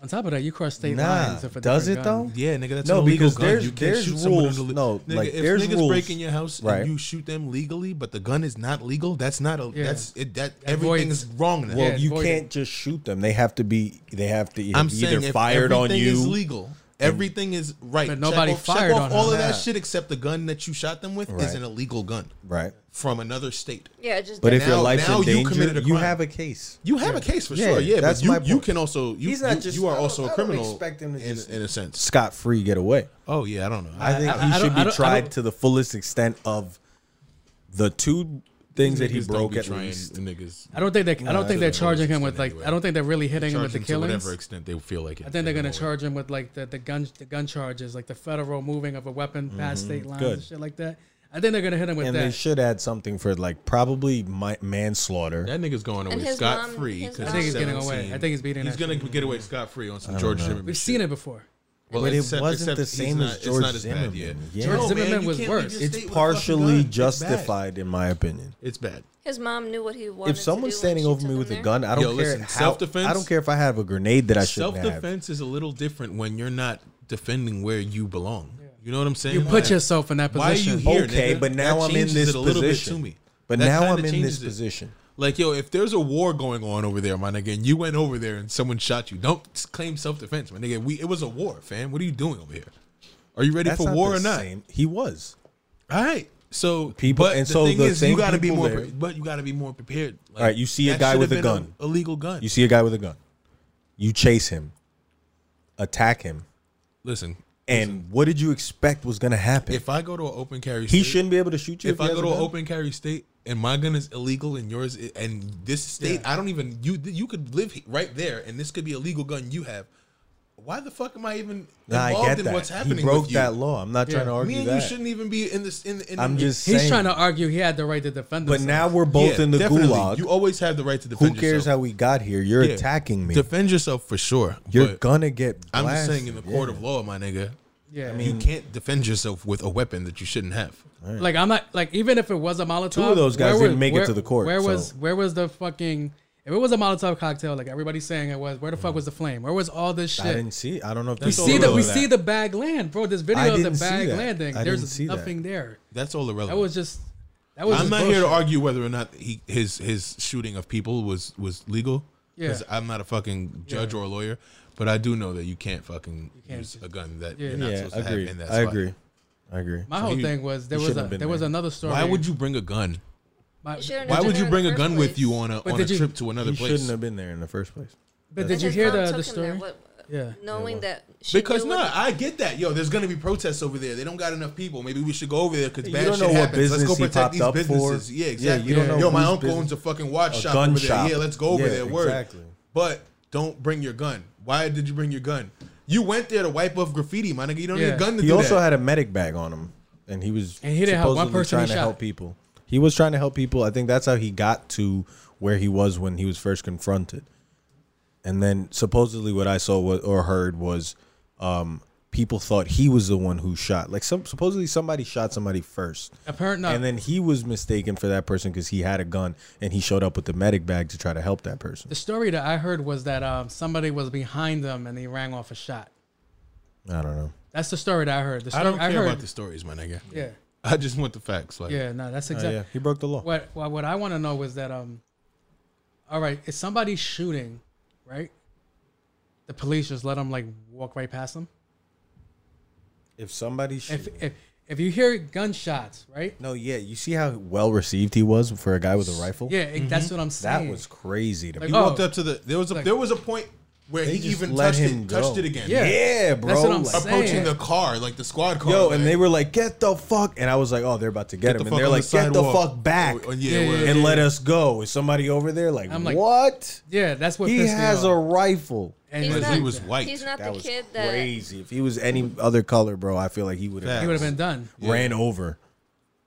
on top of that, you cross state Nah, lines. If a does it different though? gun- Yeah, nigga, that's No, an illegal because gun. there's- you can't there's shoot someone rules. under No, nigga, like, if there's niggas rules, break in your house right. and you shoot them legally, but the gun is not legal. That's not a. Yeah. That's it. That That everything voids- is wrong. Now. Well, Yeah, you void it. can't just shoot them. They have to be. They have to I'm be saying either if fired on everything is you. legal. Everything is right. But Check nobody off- check fired off on all him. of that Yeah. shit except the gun that you shot them with Right. is an illegal gun Right. from another state. Yeah, just But if did your Now- life's now in you danger, committed a you crime. have a case. You have a case for Yeah, sure, yeah. that's but you, my you point. can also you He's not you, just- you I are don't- also I a don't criminal expect him to in, just- in a sense. Scot free, get away. Oh yeah, I don't know. I think I- I he don't- should I be don't- I tried don't- to the fullest extent of the two things that he Niggas don't broke be at trying- least. Niggas I don't think they. I Nah, don't think I they're don't know what charging him he's with like. doing I don't think they're really hitting him charge with the them to killings. whatever extent they feel like it. I think Take they're gonna them away. charge him with like the, the gun the gun charges, like the federal moving of a weapon past state lines Mm-hmm. Good. and shit like that. I think they're gonna hit him with and they that. should add something for like probably mi- manslaughter. That nigga's going away his scot mom- free. his because mom- I think he's getting away. I think he's beating He's that gonna get away scot free on some George Zimmerman. We've seen it before. Well, but except- it wasn't except the he's same not- as it's George not as bad, Zimmerman. yeah. yeah. George No, man, Zimmerman you was can't leave worse. your it's state with a fucking gun. partially It's bad. justified, in my opinion. It's bad. His mom knew what he wanted. If someone's standing over me with a gun, I don't Yo, care listen, how. self-defense- I don't care if I have a grenade that I Self shouldn't have. defense is a little different when you're not defending where you belong. You know what I'm saying? You put yourself in that position. Why are you here? Okay, nigga? but now I'm That in changes this it a little bit position. to me. But That now kinda I'm in changes this it. position. Like yo, if there's a war going on over there, my nigga, and you went over there and someone shot you, don't s- claim self defense, my nigga. We it was a war, fam. What are you doing over here? Are you ready That's for not war the or not? same. He was. All right. So People- but and the so thing the is, you same gotta be people more. there- pre- But you gotta be more prepared. Like, All right, you see a that guy should with have a been gun. illegal gun. You see a guy with a gun. You chase him. Attack him. listen, And what did you expect was going to happen? if I go to an open carry, he state- shouldn't be able to shoot you. if, I he go has to a an gun? open carry state and my gun is illegal and yours i and this state, I don't even you you could live he- right there and this could be a legal gun you have. Why the fuck am I even Nah, I involved get in that. what's happening? he broke with you? that law. I'm not Yeah. trying to argue Me and that. you shouldn't even be in this. In, in I'm just He's saying. trying to argue he had the right to defend But himself. now we're both Yeah, in the definitely. gulag. You always have the right to defend. Who cares yourself. how we got here? You're Yeah. attacking me. Defend yourself for sure. You're but gonna get. Blasted. I'm just saying, in the court of law, my nigga, yeah, I you Mm. mean, can't defend yourself with a weapon that you shouldn't have. like I'm not like even if it was a Molotov, Two of those guys where didn't was- make it where- to the court, Where so- was where was the fucking? If it was a Molotov cocktail, like everybody's saying it was, where the fuck was the flame? Where was all this shit? Mm. I didn't see. I don't know if we that's see all the of we that. see the bag land, bro. This video of the didn't see bag that. landing. I There's didn't see that. nothing there. That's all irrelevant. That was just that was. I'm just not here to bullshit. argue whether or not he, his his shooting of people was was legal. Because Yeah. I'm not a fucking judge or a lawyer, but I do know that you can't fucking can't use just- a gun that Yeah. you're not Yeah, supposed to agree. have in that I spot. agree. I agree. My whole you- thing was there you was shouldn't a, have been there was there. another story. Why would you bring a gun? My, shouldn't Why Did would you you in bring the a first gun with place? you on a on a did you- trip to another He place? shouldn't have been there in the first place. but Did did you hear the the story? Yeah. knowing that she Because knew what- no, I get that. Yo, there's gonna be protests over there. They don't got enough people. Maybe we should go over there because You bad don't shit know what happens. Let's business go he protect popped these up for. businesses. Yeah, Yeah, exactly. you don't know Yo, my whose uncle business- owns a fucking watch A shop gun over there. shop. Yeah, let's go over Yeah, there. Word. exactly. But don't bring your gun. Why did you bring your gun? You went there to wipe off graffiti, my nigga. You don't need Yeah. a gun to He do also that. had a medic bag on him, and he was And he didn't help one supposedly person trying he to shot. help people. He was trying to help people. I think that's how he got to where he was when he was first confronted. And then supposedly what I saw wa- or heard was um, people thought he was the one who shot. Like some supposedly somebody shot somebody first. Apparent no. And then he was mistaken for that person because he had a gun and he showed up with the medic bag to try to help that person. the story that I heard was that um, somebody was behind them and they rang off a shot. I don't know. That's the story that I heard. The I story don't care heard, about the stories, my nigga. Yeah, I just want the facts. Like, yeah, no, that's exactly Oh, yeah, he broke the law. what. What, what I want to know was that um, all right, if somebody's shooting, right, the police just let them like walk right past them. If somebody If shoot, if if you hear gunshots, right? no, yeah, you see how well received he was for a guy with a rifle. Yeah, it- that's what I'm saying. Mm-hmm. That was crazy to Like, me. he oh, walked up to the. There was a there was a point where They he just even let touched him it, go. touched it again. Yeah. yeah, bro. That's what I'm like, saying. approaching the car, like the squad car. Yo, like, and they were like, "Get the fuck!" And I was like, "Oh, they're about to get, the him." fuck And they're on like, the "Get the sidewalk." fuck back!" Oh, yeah, Yeah, word. and let us go. Is somebody over there? Like, I'm like, what? yeah, that's what He pissed me has off. a rifle. And He's But not- he was white. He's not That the was kid that crazy. If he was any other color, bro, I feel like he would he have would have been done. ran over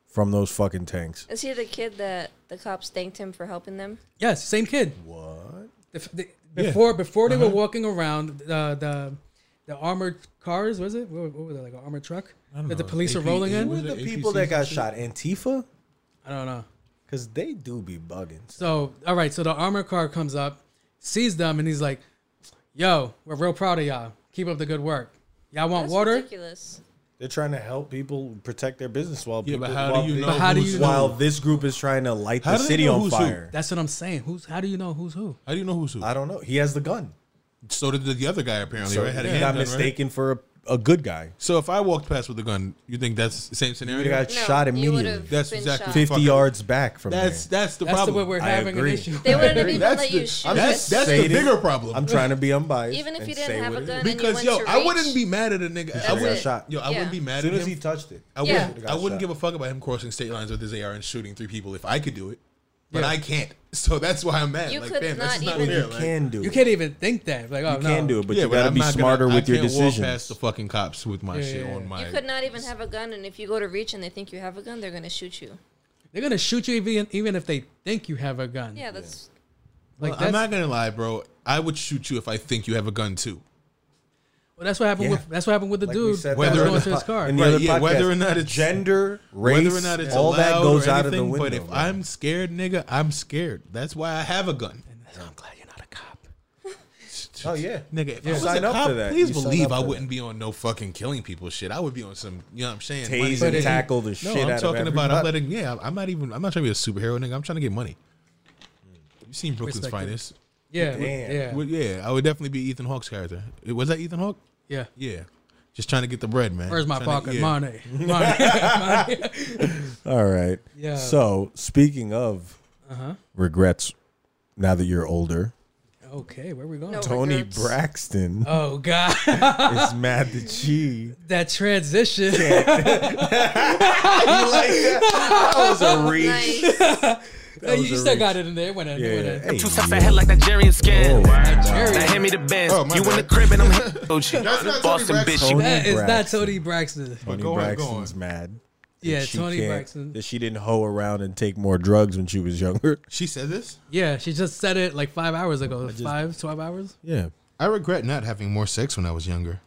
from those fucking tanks. is he the kid that the cops thanked him for helping them? Yes, same kid. What? Uh-huh. The, the, before before they were walking around the the the armored cars was it what, what was it like an armored truck that the know, police are AP rolling Who are in? was the it people APCs that got and shit? shot? Antifa? I don't know. Cause they do be bugging. So all right, so the armored car comes up, sees them, and he's like, "Yo, we're real proud of y'all. Keep up the good work. Y'all want That's water? ridiculous. They're trying to help people protect their business while Yeah, people, but how while do you they- know? But how do who's you who? know? while this group is trying to light How the do they city know on who's who? fire. That's what I'm saying. Who's how do you know who's who? How do you know who's who? I don't know. He has the gun. So did the, the other guy apparently, So right? Oh, Had a he got handgun, right? mistaken for a, a good guy. So if I walked past with a gun, you think that's the same He scenario? got No, shot you immediately. would've That's been exactly shot. the Fifty fucking- yards back from That's there. that's the That's the problem. way we're I having agree. an issue. They wouldn't have even That's let the- you shoot. I'm him. that's just that's the stating- bigger problem. I'm trying to be unbiased. Even if and you say didn't have what a it gun, is. because and you yo, went to I reach- wouldn't be mad at a nigga. I That's wouldn't, it. shot. Yo, I wouldn't be Yeah. As mad at soon as him. he touched it, I Yeah. wouldn't. Should've I got wouldn't shot. give a fuck about him crossing state lines with his AR and shooting three people if I could do it. But I can't. So that's why I'm mad. You like, could fam, that's not not even- fair. You Like, can do. You it. can't even think that. Like, oh You no. can do it, but yeah, you gotta I'm be not gonna- smarter I with your can't Walk past decisions. the fucking cops with my Yeah, shit yeah, on yeah. my. You could not even have a gun, and if you go to reach and they think you have a gun, they're gonna shoot you. They're gonna shoot you even even if they think you have a gun. Yeah, that's like I'm that's, not gonna lie, bro. I would shoot you if I think you have a gun too. Well, that's what happened Yeah. with that's what happened with the Like we dude said whether that going on the to his po- car. in the Right, other yeah, podcast. whether or not it's Gender, whether or race, not it's all that allowed goes or out of the anything, But window, if bro. I'm scared, nigga, I'm scared. That's why I have a gun. I'm glad you're not a cop. Oh yeah, Nigga, if You I was sign a up cop, for that. please You sign up believe I for that. wouldn't be on no fucking killing people shit. I would be on some, you know what I'm saying? Tase money. and But it- tackle the shit No, I'm out of talking about. everybody. I'm letting. Yeah, I'm not even. I'm not trying to be a superhero, nigga. I'm trying to get money. You seen Brooklyn's Respect it. Finest? Yeah, Damn. yeah, Well, yeah, I would definitely be Ethan Hawke's character. It- Was that Ethan Hawke? yeah. Yeah, just trying to get the bread, man. Where's my Trying to- pocket yeah. money? Money. All right. Yeah. So speaking of uh-huh. regrets, now that you're older, Okay, where we going? No. Tony Regrets. Braxton Oh God, is mad that she. that transition. That was a reach. Nice. Hey, you still got it in there. It Went in, Yeah. it went in. Hey, Oh, Two tough I head like Nigerian skin. Nigerian. Now hand me the bands. Oh, my you in the bad. crib and I'm Gucci. That's not Tony Boston bitch, Braxton. you That is not Braxton. Tony Tony Braxton. Go on, go Braxton's mad. that Yeah, she Tony can't- Braxton. That she didn't hoe around and take more drugs when she was younger. She said this. Yeah, she just said it like five hours ago. five, twelve hours. Yeah. I regret not having more sex when I was younger.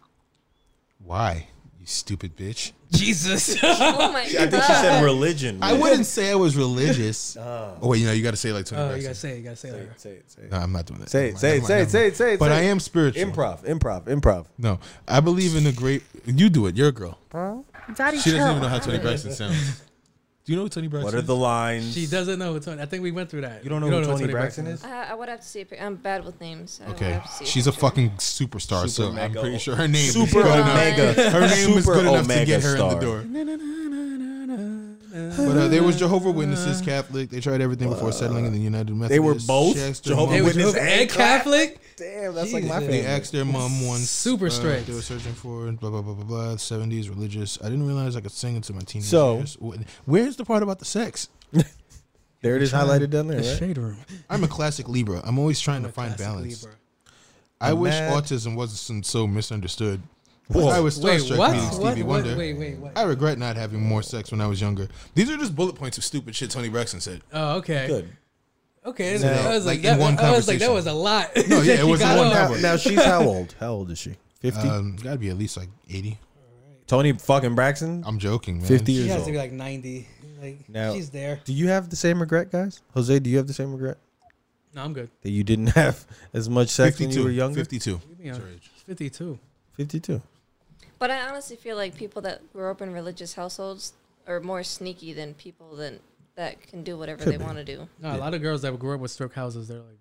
Why, you stupid bitch? Jesus. Oh my I god. think she said religion. I wouldn't say I was religious. oh wait, you know you got to say like Tony Oh, you gotta Braxton. say, it, you gotta say it. later. Say it, say it. No, I'm not doing that. Say it, Never mind, say it, never say it, mind, say never it, say mind. it. But say I it. am spiritual. Improv, improv, improv. No, I believe in the great. You do it. You're a girl. she doesn't even know how Tony Braxton sounds. Do you know who Tony Braxton? What are the lines? She doesn't know who Tony. I think we went through that. You don't know who Tony Braxton is? I, I would have to see a pic- I'm bad with names. I would is? Okay, have to see she's a picture. fucking superstar. so Super I'm mega- pretty sure her name is Super good enough. omega. Her name is super good enough omega to get her star. in the door. is? But uh, there was Jehovah Witnesses, Catholic. They tried everything before settling in the United Methodist. They were both Chester, Jehovah They Mormon. were Witness Jehovah and and Catholic. Damn, that's like my Jesus. They favorite. asked their mom once. Super uh, strict. They were searching for blah blah blah blah blah. Seventies religious. I didn't realize I could sing until my teenage So- years. Wh- Where's the part about the sex? There it is, highlighted down there. The Right? shade room. I'm a classic Libra. I'm always trying to find Classic balance. Libra. I wish mad. autism wasn't so misunderstood. Whoa. I was Wait, starstruck what? meeting What? Stevie What? Wonder. Wait, wait, wait. I regret not having more sex when I was younger. These are just bullet points of stupid shit Tony Braxton said. Oh, okay. Good. Okay. No, I was like like, in that, one I was like, that conversation. was a lot. No, yeah, that it you was in got one on. Now, Robert. now she's how old? How old is she? Fifty. Um, gotta be at least like 80. Tony fucking Braxton. I'm joking, man. 50 She years has old. to be like ninety. Like Now- she's there. do you have the same regret, guys? Jose, do you have the same regret No, I'm good. that you didn't have as much sex when you were younger? 52. Yeah. Your age. Fifty-two. Fifty-two. But I honestly feel like people that grow up in religious households are more sneaky than people that that can do whatever Could they be. want to do. No, a lot of girls that grew up with strip houses, they're like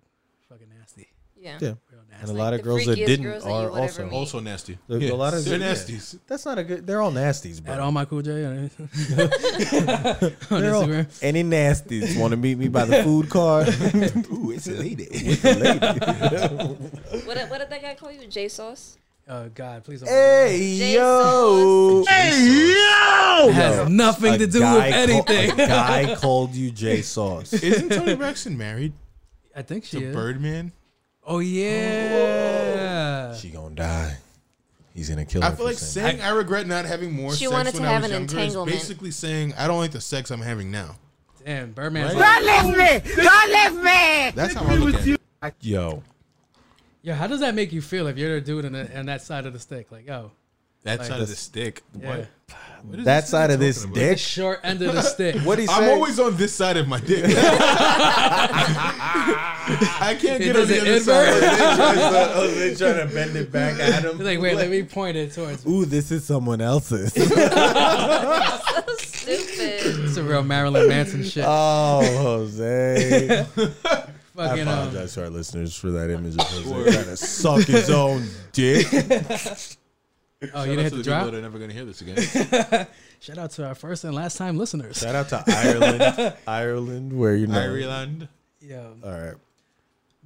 fucking nasty. Yeah. Yeah. Real And nasty. a Like lot of the girls that freakiest didn't girls that you are would ever also. meet. Also nasty. The- Yeah. a lot of- They're yeah. nasties. That's not a good. They're all nasties, bro. At all my cool J on, on They're all- Instagram. any nasties want to meet me by the food cart? Ooh, it's a lady. It's a lady. What did, what did that guy call you? J sauce? Oh God, please don't. hey Jason. yo. It has nothing A to do guy with ca- anything. a guy called you J Sauce. Isn't Tony Braxton married I think she to is. Birdman? Oh yeah. She gonna die. He's gonna kill her. I feel for like saying- saying I, regret not having more She sex wanted when to I have was an younger entanglement. is basically saying I don't like the sex I'm having now. Damn, Birdman's like, Don't leave me! Don't leave me! That's how I look at it. yo, yo, how does that make you feel if you're the dude on, the, on that side of the stick? Like, yo, That Like side of this. the stick. yeah. What? What is that this side nigga of this talking about? the dick. short end of the stick. What he I'm said? always on this side of my dick. I can't It get on doesn't the other end, side. bro. oh, they trying to bend it back at him. He's like, wait, let me point it towards. Ooh, this is someone else's. So stupid. It's a real Marilyn Manson shit. oh, Jose. I Fucking um, apologize to our listeners for that image of Jose trying to suck his own dick. oh, you didn't hit the drop. They're never gonna hear this again. Shout out to our first and last time listeners. Shout out to Ireland, Ireland, where you know. Ireland. Yo, All right.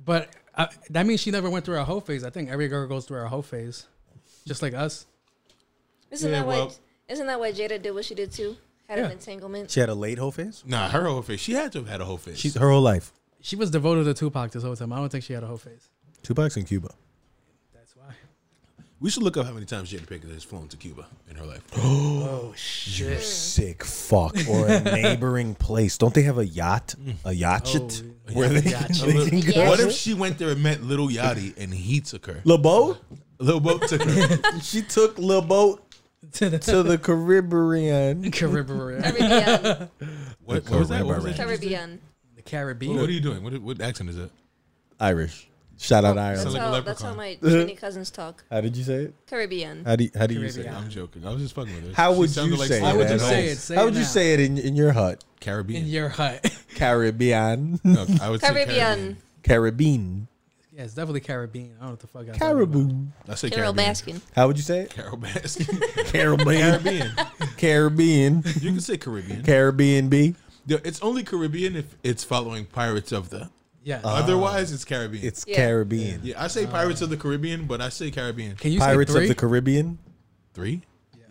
but I, that means she never went through a whole phase. I think every girl goes through a whole phase, just like us. Isn't Yeah, that why? well- Isn't that why Jada did what she did too? Had Yeah. an entanglement. She had a late whole phase. Nah, her whole face. She had to have had a whole face. She's her whole life. She was devoted to Tupac this whole time. I don't think she had a whole phase. Tupac's in Cuba. That's why. we should look up how many times Jada Pinkett has flown to Cuba in her life. Oh shit. sick fuck or a neighboring place. Don't they have a yacht? A yacht? Oh, shit? yeah. Where they, Yacht they can go? Yeah. What if she went there and met Little Yachty and he took her? LeBeau? Lil Boat took her. she took Lil Boat to the, to the Caribbean. Caribbean. Caribbean. What, what was that? What was that? Caribbean. The Caribbean. What are you doing? What, what accent is it? Irish. Shout Oh, out That's, Ireland. like a how, that's how leprechaun. my Trini cousins talk. How did you say it? Caribbean. How do you, how do you say Caribbean. it? I'm joking. I was just fucking with her. How She would sounded you say it? How would you at say home? it? Say how it would you now. say it in, in your hut? In Caribbean. your hut. Caribbean. No, I would say Caribbean. Caribbean. yeah, it's definitely Caribbean. I don't know what the fuck. I was talking about. Caribou. I say Carol Caribbean. Baskin. How would you say it? Carol Baskin. Caribbean. Caribbean. Caribbean. You can say Caribbean. Caribbean B. Yo, it's only Caribbean if it's following Pirates of the. Yeah. Otherwise, Ah. it's Caribbean. It's Yeah. Caribbean. yeah, I say Pirates of the Caribbean, but I say Caribbean. Can you Pirates say of three? the Caribbean. Three?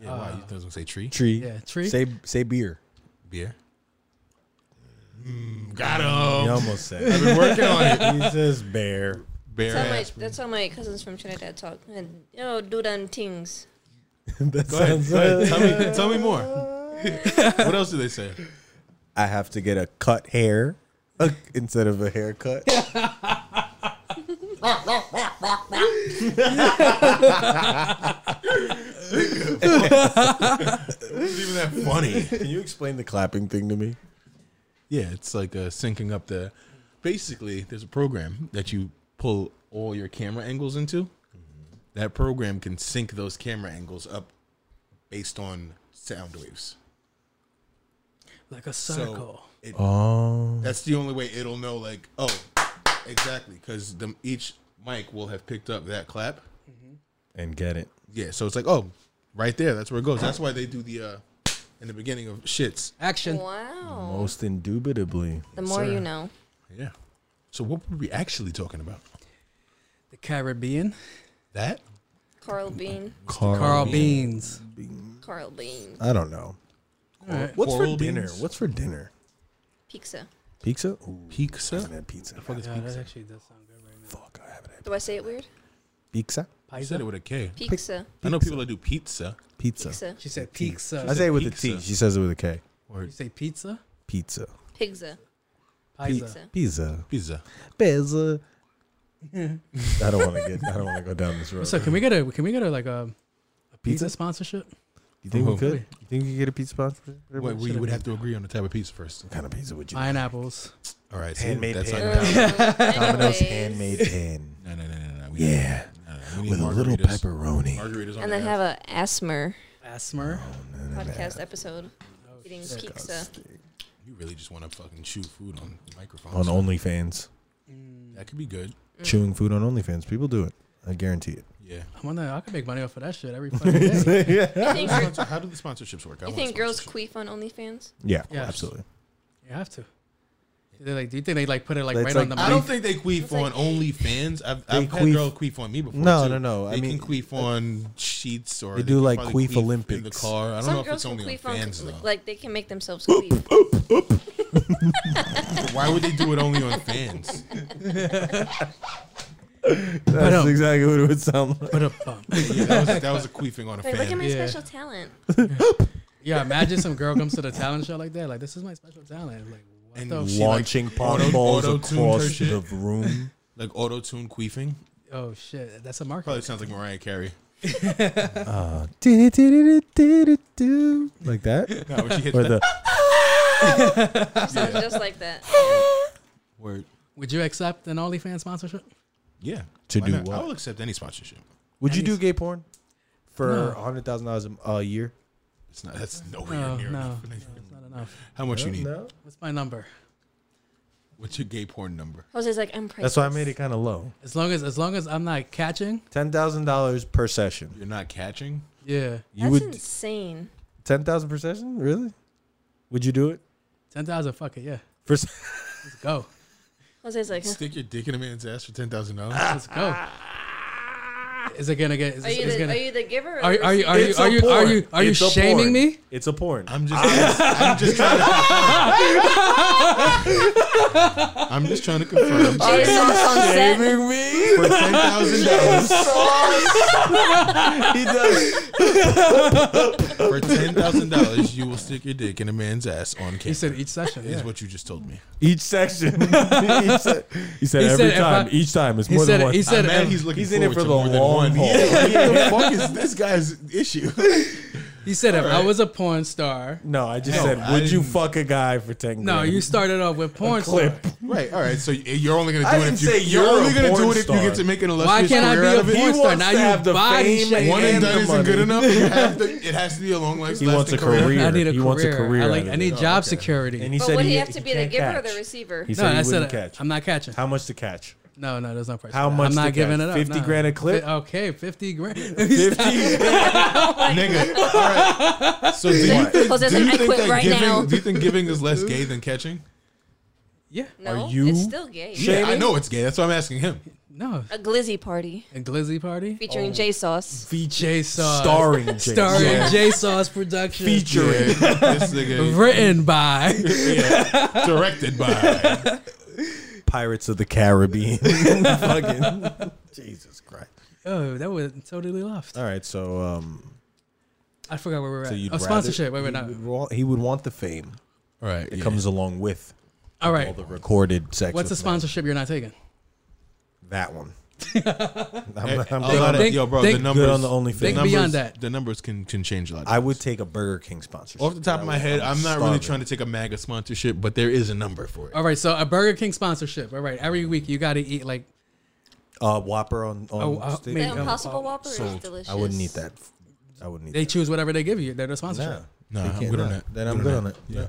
Yeah, Uh, why? You doesn't say tree? Tree. Yeah, tree. Say say beer. Beer? Mm, got him. You almost said. I've been working on it. he says bear. Bear That's how, my, ass. that's how my cousins from Trinidad talk. And, you know, do them things. that Go ahead. sounds. Go ahead. Tell, me, tell me more. what else do they say? I have to get a cut hair instead of a haircut. It's even that funny. Can you explain the clapping thing to me? Yeah, it's like uh, syncing up the. Basically, there's a program that you pull all your camera angles into. That program can sync those camera angles up based on sound waves. like a So circle. it, Oh. that's the only way it'll know. Like, oh, exactly, because the each mic will have picked up that clap. And get it. Yeah, so it's like, oh, right there, that's where it goes. That's why they do the uh in the beginning of shits. Action. Wow. Most indubitably. The more you know. Yeah. So what were we actually talking about? The Caribbean. That Carl Bean. Carl. Carl Beans. Carl Bean. I don't know. All right. What's Coral for dinner? beans? What's for dinner? Pizza. Pizza? Ooh, I pizza. haven't had pizza. in a Yeah, that actually does sound good right now. while. Fuck, I haven't had Do I say it weird? pizza. I said it Pizza. with a K. Pizza. I know people that do pizza. Pizza. Pizza. She said pizza. I say it with a T. Pizza. She says it with a K. Or You say pizza. Pizza. Pizza. Pizza. Pizza. pizza. Pizza. I don't want to get. I don't want to go down this road. So can we get a can we get a like a, a pizza Pizza? sponsorship? You think we Who? could? You think we could get a pizza sponsor? What Wait, we would have to agree on the type of pizza first. kind of pizza would you? Pineapples. All right, see, Handmade that's pan. on Domino's. Domino's Domino's handmade pan. No, no, no, no, no. We need- Yeah, no, no, we need with a little margaritas. pepperoni. Margaritas on And then the have a asthma Asmer. podcast episode. Eating pizza. You really just want to fucking chew food on microphones. On OnlyFans, That could be good. chewing food on OnlyFans. People do it. I guarantee Yeah. I wonder I could make money off of that shit every fucking day. it. yeah. You think, gir- So how do the sponsorships work? I you want think girls sponsorships. queef on OnlyFans? Yeah. Yes. Absolutely. you have to. They like do you think they like put it like That's right on the like- I don't money? think they queef It's on like- OnlyFans. I've, I've had queef- girls queef on me before. No, too. no, no. I They mean, uh, can queef on sheets or they do, can like, probably queef in the Olympics. car. I Some don't know if it's girls can only on queef on, fans though. like they can make themselves queef. Why would they do it only on fans? That's exactly what it would sound like. Put a bump. Yeah, that, was, that was a queefing on a Like, look at fan. my Yeah. special talent. Yeah, imagine some girl comes to the talent show like that. Like this is my special talent. Like what And the she, like, Launching pong auto- balls auto-tuned her across shit. the room. Like auto tune queefing. oh shit, that's a Probably market. sounds like Mariah Carey. Do-do-do-do-do-do-do. like that, No, when she hits or that the Sounds just like that. word. Would you accept an OnlyFans sponsorship? Yeah. To Why do not? I what? will accept any sponsorship. Would you do gay porn for No. a hundred thousand dollars a year? It's not. That's nowhere No, near no, no, enough. it's not enough. How much you need? What's my number? What's your gay porn number? Jose's like, I'm priceless. That's why I made it kind of low. As long as as long as I'm not catching, Ten thousand dollars per session. You're not catching. yeah, You That's would insane. ten thousand per session? Really? Would you do it ten thousand. Fuck it, yeah, for? s- let's go, Jose's like, Stick your dick in a man's ass for ten thousand dollars. let's go. Is it gonna get? Is, Ah. are you, is the, gonna? are you the giver? Or Are, the are you are you It's are a you are porn. you are you It's a shaming porn. me? It's a porn. I'm just, I'm just trying to, I'm just trying to confirm. receiver? Jay sauce on set. Shaming me? For ten thousand dollars, he does. for ten thousand dollars, you will stick your dick in a man's ass on He camera. said each session. is Yeah. what you just told me. Each section. he said, he said He said every if time. I- each time. It's He more said than it- one. he I'm said mad it- he's looking He's in forward it for to the more than long porn. porn. Yeah, like, Yeah. what the fuck is this guy's issue? He said, if I Alright. was a porn star. No, I just No, said, I would you didn't- fuck a guy for ten? No, grand? you started off with porn star. clip. right. All right. So you're only gonna I do it didn't if you. say You're, you're only a gonna do porn it if you get star. to make an illustrious Why can't I career out be a of it. porn He star? wants Now to have the you body fame shaming. One and And done the isn't good money. enough. You have to, it has to be a long life. He wants a career. I need a He career. wants a career I, out like, of I need it. job security. And he But said, would he, he have to be the can't giver or catch. the receiver? He No, said no, he I wouldn't said catch. I'm not catching. How much to catch? no, no, there's no price. How for that. much I'm to not giving catch? it up. 50 no. grand a clip? Fi- okay, fifty grand. Fifty. nigga. All right. So do you What? think, Jose do said, "I you think quit that right giving, now." Do you think giving is less gay than catching? yeah. No, Are you it's still gay. sh- Yeah, I Shaming? know it's gay. That's why I'm asking him. No. A glizzy party A glizzy party. Oh. featuring J Sauce. J Sauce. Starring Jay. Starring Yeah. J Sauce production. Yeah, Featuring. this nigga Written by. directed by. Pirates of the Caribbean. Fucking Jesus Christ. oh, that was totally left. All right, so um, I forgot where we were at. so you'd oh, rather- sponsorship. Wait, he wait, no. would want- He would want the fame All right. that yeah. comes along with All all right. the recorded sex. What's the with men. sponsorship you're not taking? That one. I'm, not- I'm a lot of, Think- yo, bro, the think good numbers on the OnlyFans. the Think numbers- beyond that. The numbers can, can change a lot. I would take a Burger King sponsorship. Off the top of my That head, would- I'm not really starving. trying to take a MAGA sponsorship, but there is a number for it. All right, so a Burger King sponsorship. All right, every week you got to eat like Uh, Whopper on on Oh, uh, steak. maybe- The Oh, Impossible Whopper is Sold. delicious. I wouldn't eat that. I wouldn't eat. they that. choose whatever they give you. They're the sponsorship. No, They I'm can't good on not. that. Then I'm good on it. Yeah.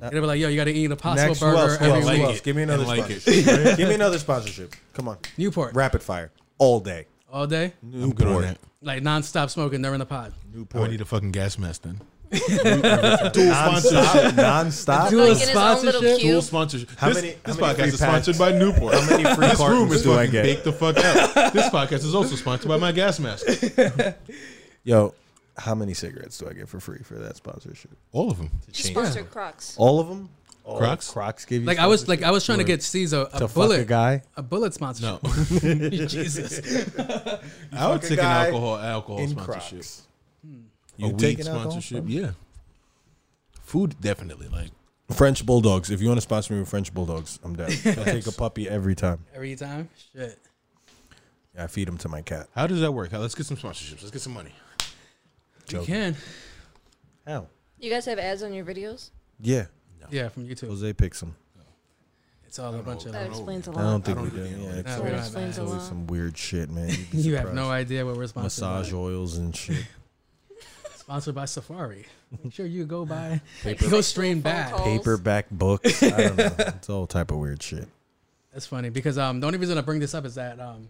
They'll be like, yo, you got to eat a possible Next, who burger else? Who every else? week. Who Like else? it Give me and another like it. sponsorship. Give me another sponsorship. Come on. Newport Rapid fire all day. all day, I'm good on Newport. that. like nonstop smoking during the pod. I would need a fucking gas mask then. Non-stop. Non-stop. Do a Like in his own little sponsorship. cube. Full sponsorship. How this many- this how many podcast free is sponsored packs? by Newport. How many free this room cartons is do I fucking get? baked the fuck up. this podcast is also sponsored by my gas mask. Yo, how many cigarettes do I get for free for that sponsorship? All of them. Sponsored Crocs. All of them. All Crocs? Crocs give you Like I was sponsorship like I was trying to for- get Caesar a to fuck a bullet guy a bullet No, sponsorship. Jesus, I would a take an guy alcohol alcohol in sponsorship. Crocs. You A take weed sponsorship, alcohol? yeah. Food definitely, like French bulldogs. If you want to sponsor me with French bulldogs, I'm down. I take a puppy every time. every time. Shit. I feed him to my cat. How does that work? How- Let's get some sponsorships. Let's get some money. You can. How? You guys have ads on your videos? Yeah, Yeah, from YouTube. Jose picks him. It's all a bunch of That like, explains a I don't lot. think we don't do. do Yeah, that. it's No, always- we don't it's have that. always some weird shit, man. You'd be you have no surprised. idea what we're sponsored Massage by. oils and shit. Sponsored by Safari. Make sure you go by Paper- go stream Phone back. calls. Paperback books. I don't know. It's all type of weird shit. That's funny because um, the only reason I bring this up is that um,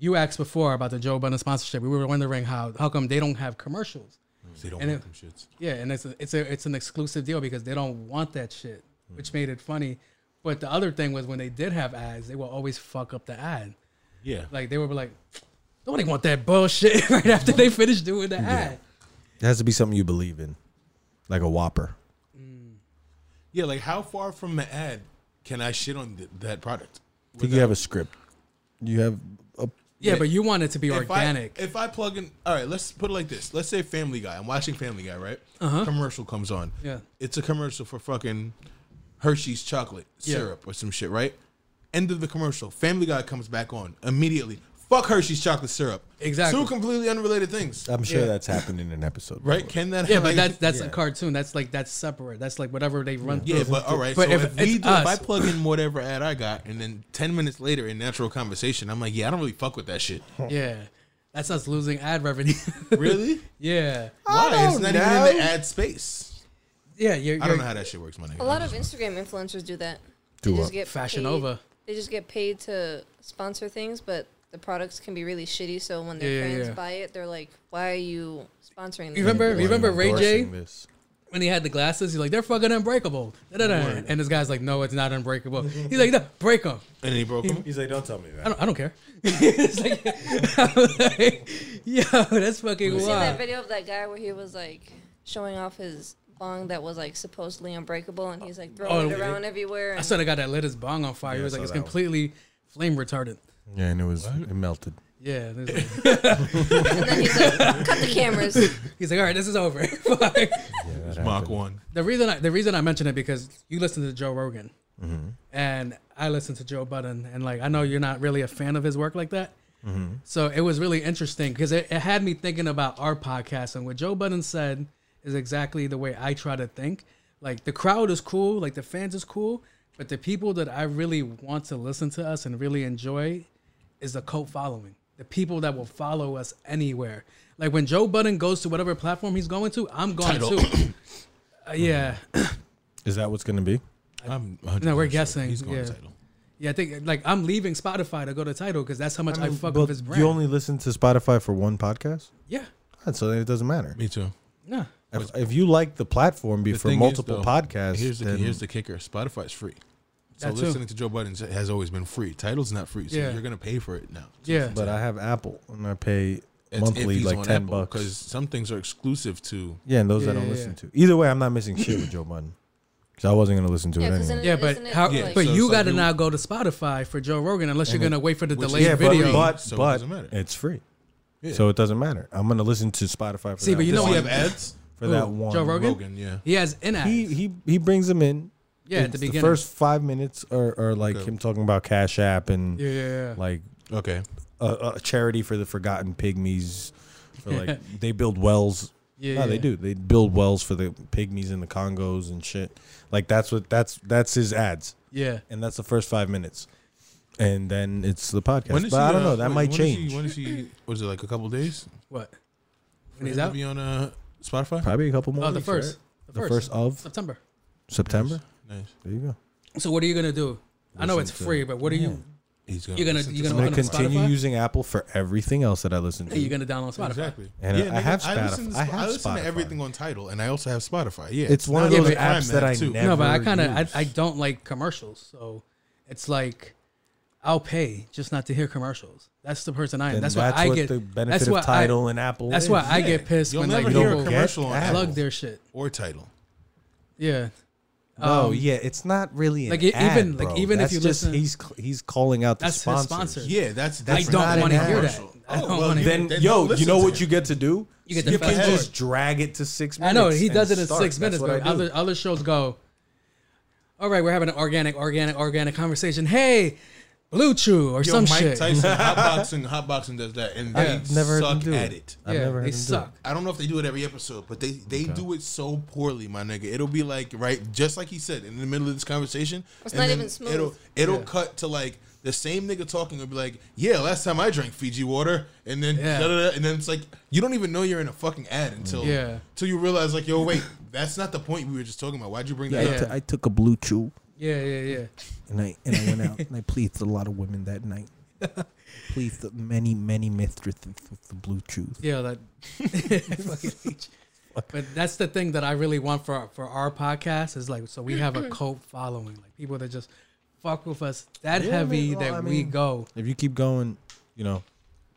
you asked before about the Joe Budden sponsorship. We were wondering how how come they don't have commercials. They don't And want it- them shits. Yeah, and it's a, it's a it's an exclusive deal because they don't want that shit, which made it funny. But the other thing was when they did have ads, they will always fuck up the ad. Yeah, Like they were like, nobody want that bullshit right after they finish doing the ad. It has to be something you believe in, like a Whopper. yeah. Like, how far from the ad can I shit on th- that product? I think you have a script. You have a Yeah, but you want it to be If I- organic. If I, plug in, all right, let's put it like this. Let's say Family Guy. I'm watching Family Guy, right? Commercial comes on. Uh-huh. Yeah. It's a commercial for fucking Hershey's chocolate Yeah. syrup or some shit, right? End of the commercial. Family Guy comes back on immediately. Fuck Hershey's chocolate syrup. Exactly. Two completely unrelated things, I'm sure Yeah. that's happened in an episode. right? before. Can that? yeah, happen? but that's that's a cartoon. That's like that's separate. That's like whatever they run Yeah, through. but all right. But so if if, we it's do, if I us- plug in whatever ad I got, and then ten minutes later in natural conversation, I'm like, yeah, I don't really fuck with that shit. Yeah, that's us losing ad revenue. Really? yeah, Oh, Why? It's don't not know. even in the ad space. yeah. You're, I don't you're- know how that shit works, my nigga. A lot of Instagram influencers do that. Do they what? just get Fashion paid- Nova. They just get paid to sponsor things, but the products can be really shitty. So when their Yeah, yeah, friends yeah. buy it, they're like, "Why are you sponsoring?" You this?" remember? Why Remember am I Ray J endorsing this? when he had the glasses? He's like, they're fucking unbreakable. Da-da-da. And this guy's like, no, it's not unbreakable. He's like, no, break them. And then he broke him. He's like, don't tell me I that. don't, I don't care. It's like, I'm like, yo, that's fucking You seen that wild. video of that guy where he was like showing off his bong that was like supposedly unbreakable, and he's like throwing Oh, it around everywhere. I and- saw the guy that lit his bong on fire. Yeah, he I was like, saw it's that one. completely flame retardant. Yeah, and it was it melted. Yeah. and it's like- and then he's like, "Cut the cameras." he's like, all right, this is over. Fuck. Mach one. the reason I, the reason I mention it because you listen to Joe Rogan, and I listen to Joe Budden, and like I know you're not really a fan of his work like that, Mhm. So it was really interesting because it, it had me thinking about our podcast and what Joe Budden said is exactly the way I try to think. Like the crowd is cool, like the fans is cool, but the people that I really want to listen to us and really enjoy is the cult following. The people that will follow us anywhere. Like when Joe Budden goes to whatever platform he's going to, I'm going Tidal. too. Uh, yeah. Is that what's going to be? I'm No, we're guessing. He's going yeah. to title. Yeah, I think like I'm leaving Spotify to go to title because that's how much I, fuck with his brand. you only listen to Spotify for one podcast? Yeah. God, so then it doesn't matter. Me too. Yeah. If, if you like the platform be The for thing is, multiple though, podcasts, Here's the then here's the kicker: Spotify's free. So That too. listening to Joe Budden has always been free. Title's not free, so Yeah. you're gonna pay for it now. Yeah. but I have Apple and I pay It's monthly like ten because bucks. some things are exclusive to. Yeah, and those Yeah, I don't yeah, listen to. Either way, I'm not missing shit with Joe Budden because I wasn't going to listen to Yeah, it 'cause anyway. then Yeah, Isn't but it how? like- but so- you so got to you- now go to Spotify for Joe Rogan unless you're gonna wait for the which is- delayed yeah, but- video. but so it but doesn't matter. it's free, Yeah. so it doesn't matter. I'm gonna listen to Spotify. For See, that but you know Does one, he what- have ads? for that Who? one. Joe Rogan? Rogan, yeah. He has in He he he brings them in. Yeah, at the It's beginning. first five minutes are, are like him talking about Cash App and yeah, yeah, yeah. like Okay. a, a charity for the forgotten pygmies. For like they build wells. Yeah, no, they yeah. do. They build wells for the pygmies in the Congos and shit. Like that's what that's that's his ads, yeah. and that's the first five minutes, and then it's the podcast. When is but he, I don't uh, know. That might wait, when is he- change. when is he? Was it like a couple days? What? for When he's him to out? Be on uh, Spotify. Probably a couple more. Oh, the weeks, first. right? the first of September. September. Nice. There you go. So what are you gonna do? I know it's Listen to- free, but what are you? He's gonna. You're gonna- listen to you're I'm gonna Spotify. gonna on continue Spotify? using Apple for everything else that I listen to. You're gonna download Spotify. Exactly. And I- I have listen to Spotify. I Sp- have listen Spotify. to everything on Title, and I also have Spotify. Yeah, It's one of not those a crime apps that app, I too. never- No, but I kind of I, use. I don't like commercials, so it's like I'll pay just not to hear commercials. That's the person I am. Then That's, why I what get the benefit that's of why I- Tidal and Apple. That's is. why I Yeah. get pissed You'll when never like hear people a commercial on Apple. plug Apple their shit. or Title. Yeah. Oh Um, yeah, it's not really an like, e- ad, even- like, bro. even if That's you just- listen- he's cl- he's calling out the That's his sponsors. sponsor. Yeah, that's I different. don't not want to an hear that. commercial. I don't Oh, well, want to. Then, Then yo, don't listen you know to what him. you get to do? You get the fast can forward. just drag it to six I minutes. know he and does it in start. six That's minutes, what but I do. other other shows go. All right, we're having an organic, organic, organic conversation. Hey, Blue Chew or Yo, some Mike shit. Tyson hotboxing, hotboxing does that, and they I've never heard him suck do at it. it. I've yeah, never heard they him do it. suck. I don't know if they do it every episode, but they they do it so poorly, my nigga. It'll be like right, just like he said in the middle of this conversation. It's and not then even smooth. It'll it'll cut to like the same nigga talking. It'll be like, yeah, last time I drank Fiji water, and then Yeah. da, da, da, and then it's like you don't even know you're in a fucking ad until Yeah. until you realize like, yo, wait, that's not the point we were just talking about. Why'd you bring that I up? Yeah. t- I took a blue chew Yeah, yeah, yeah. and I and I went out and I pleased a lot of women that night. pleased the many many mistresses with the blue chew. Yeah, that. Fucking hate you. but that's the thing that I really want for for our podcast is like so we have a cult following, like people that just fuck with us that Yeah, I heavy mean, well, that I we mean- go. If you keep going, you know,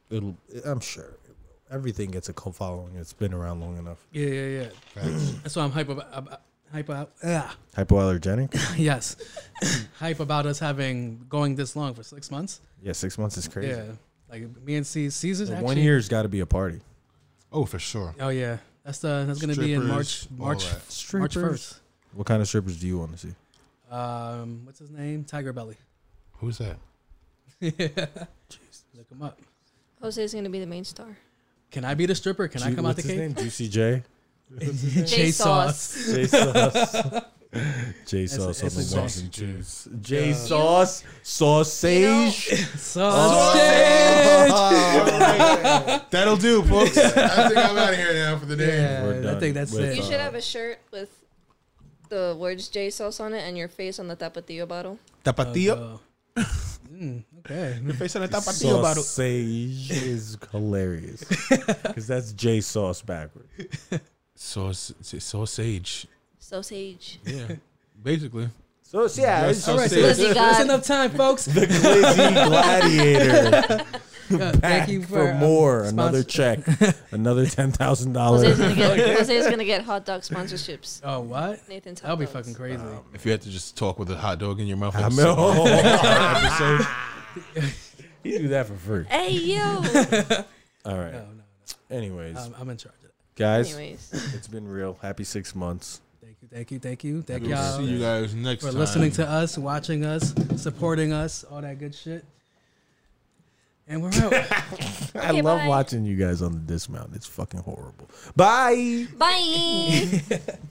it'll. I'm sure it will. everything gets a cult following. It's been around long enough. Yeah, yeah, yeah. That's why I'm hype about, about hype out. Yeah, Hypoallergenic? yes, hype about us having going this long for six months. yeah, six months is crazy. Yeah, like me and C Caesar's But actually. One year's got to be a party. Oh, for sure. Oh yeah, that's the that's gonna be in Strippers, March all March that. March Strippers. first. What kind of strippers do you want to see? Um, what's his name? Tiger Belly. Who's that? Look him up. Jose's gonna be the main star. Can I be the stripper? Can I Ju- come out the what's his name? cave? Juicy J. J Sauce. J sauce. J It's sauce a- on it's the a ones sauce. and twos. J sauce sausage. Sausage. That'll do, folks. I think I'm out of here now for the day. We're Yeah, I done think that's with- uh, You it. should have a shirt with the words J Sauce on it and your face on the tapatio bottle. Tapatio. Oh. Mm, okay. Face on the tapatio bottle. Sausage is hilarious because that's J sauce backwards. Sauce, sausage. Sausage. Yeah, basically. Sausage. Yeah, Yes, All right, so Sausage. that's, Glizzy that's God. enough time, folks. Uh, the glizzy gladiator. Thank you Back for, for um, more. sponsor- Another check. Another ten thousand Jose's dollars. gonna get Jose's gonna get hot dog sponsorships. Oh what? Nathan's That'll be hot dogs. fucking crazy. Um, If you had to just talk with a hot dog in your mouth, I like, mean, so- he do that for free. Hey yo. All right. No, no, Um, Anyways, I'm, I'm in charge of that. guys, Anyways, it's been real. Happy six months. Thank you, thank you, thank you, thank we'll y'all see you guys next for time. listening to us, watching us, supporting us, all that good shit. And we're I out. Okay, love bye. watching you guys on the dismount. It's fucking horrible. Bye. Bye.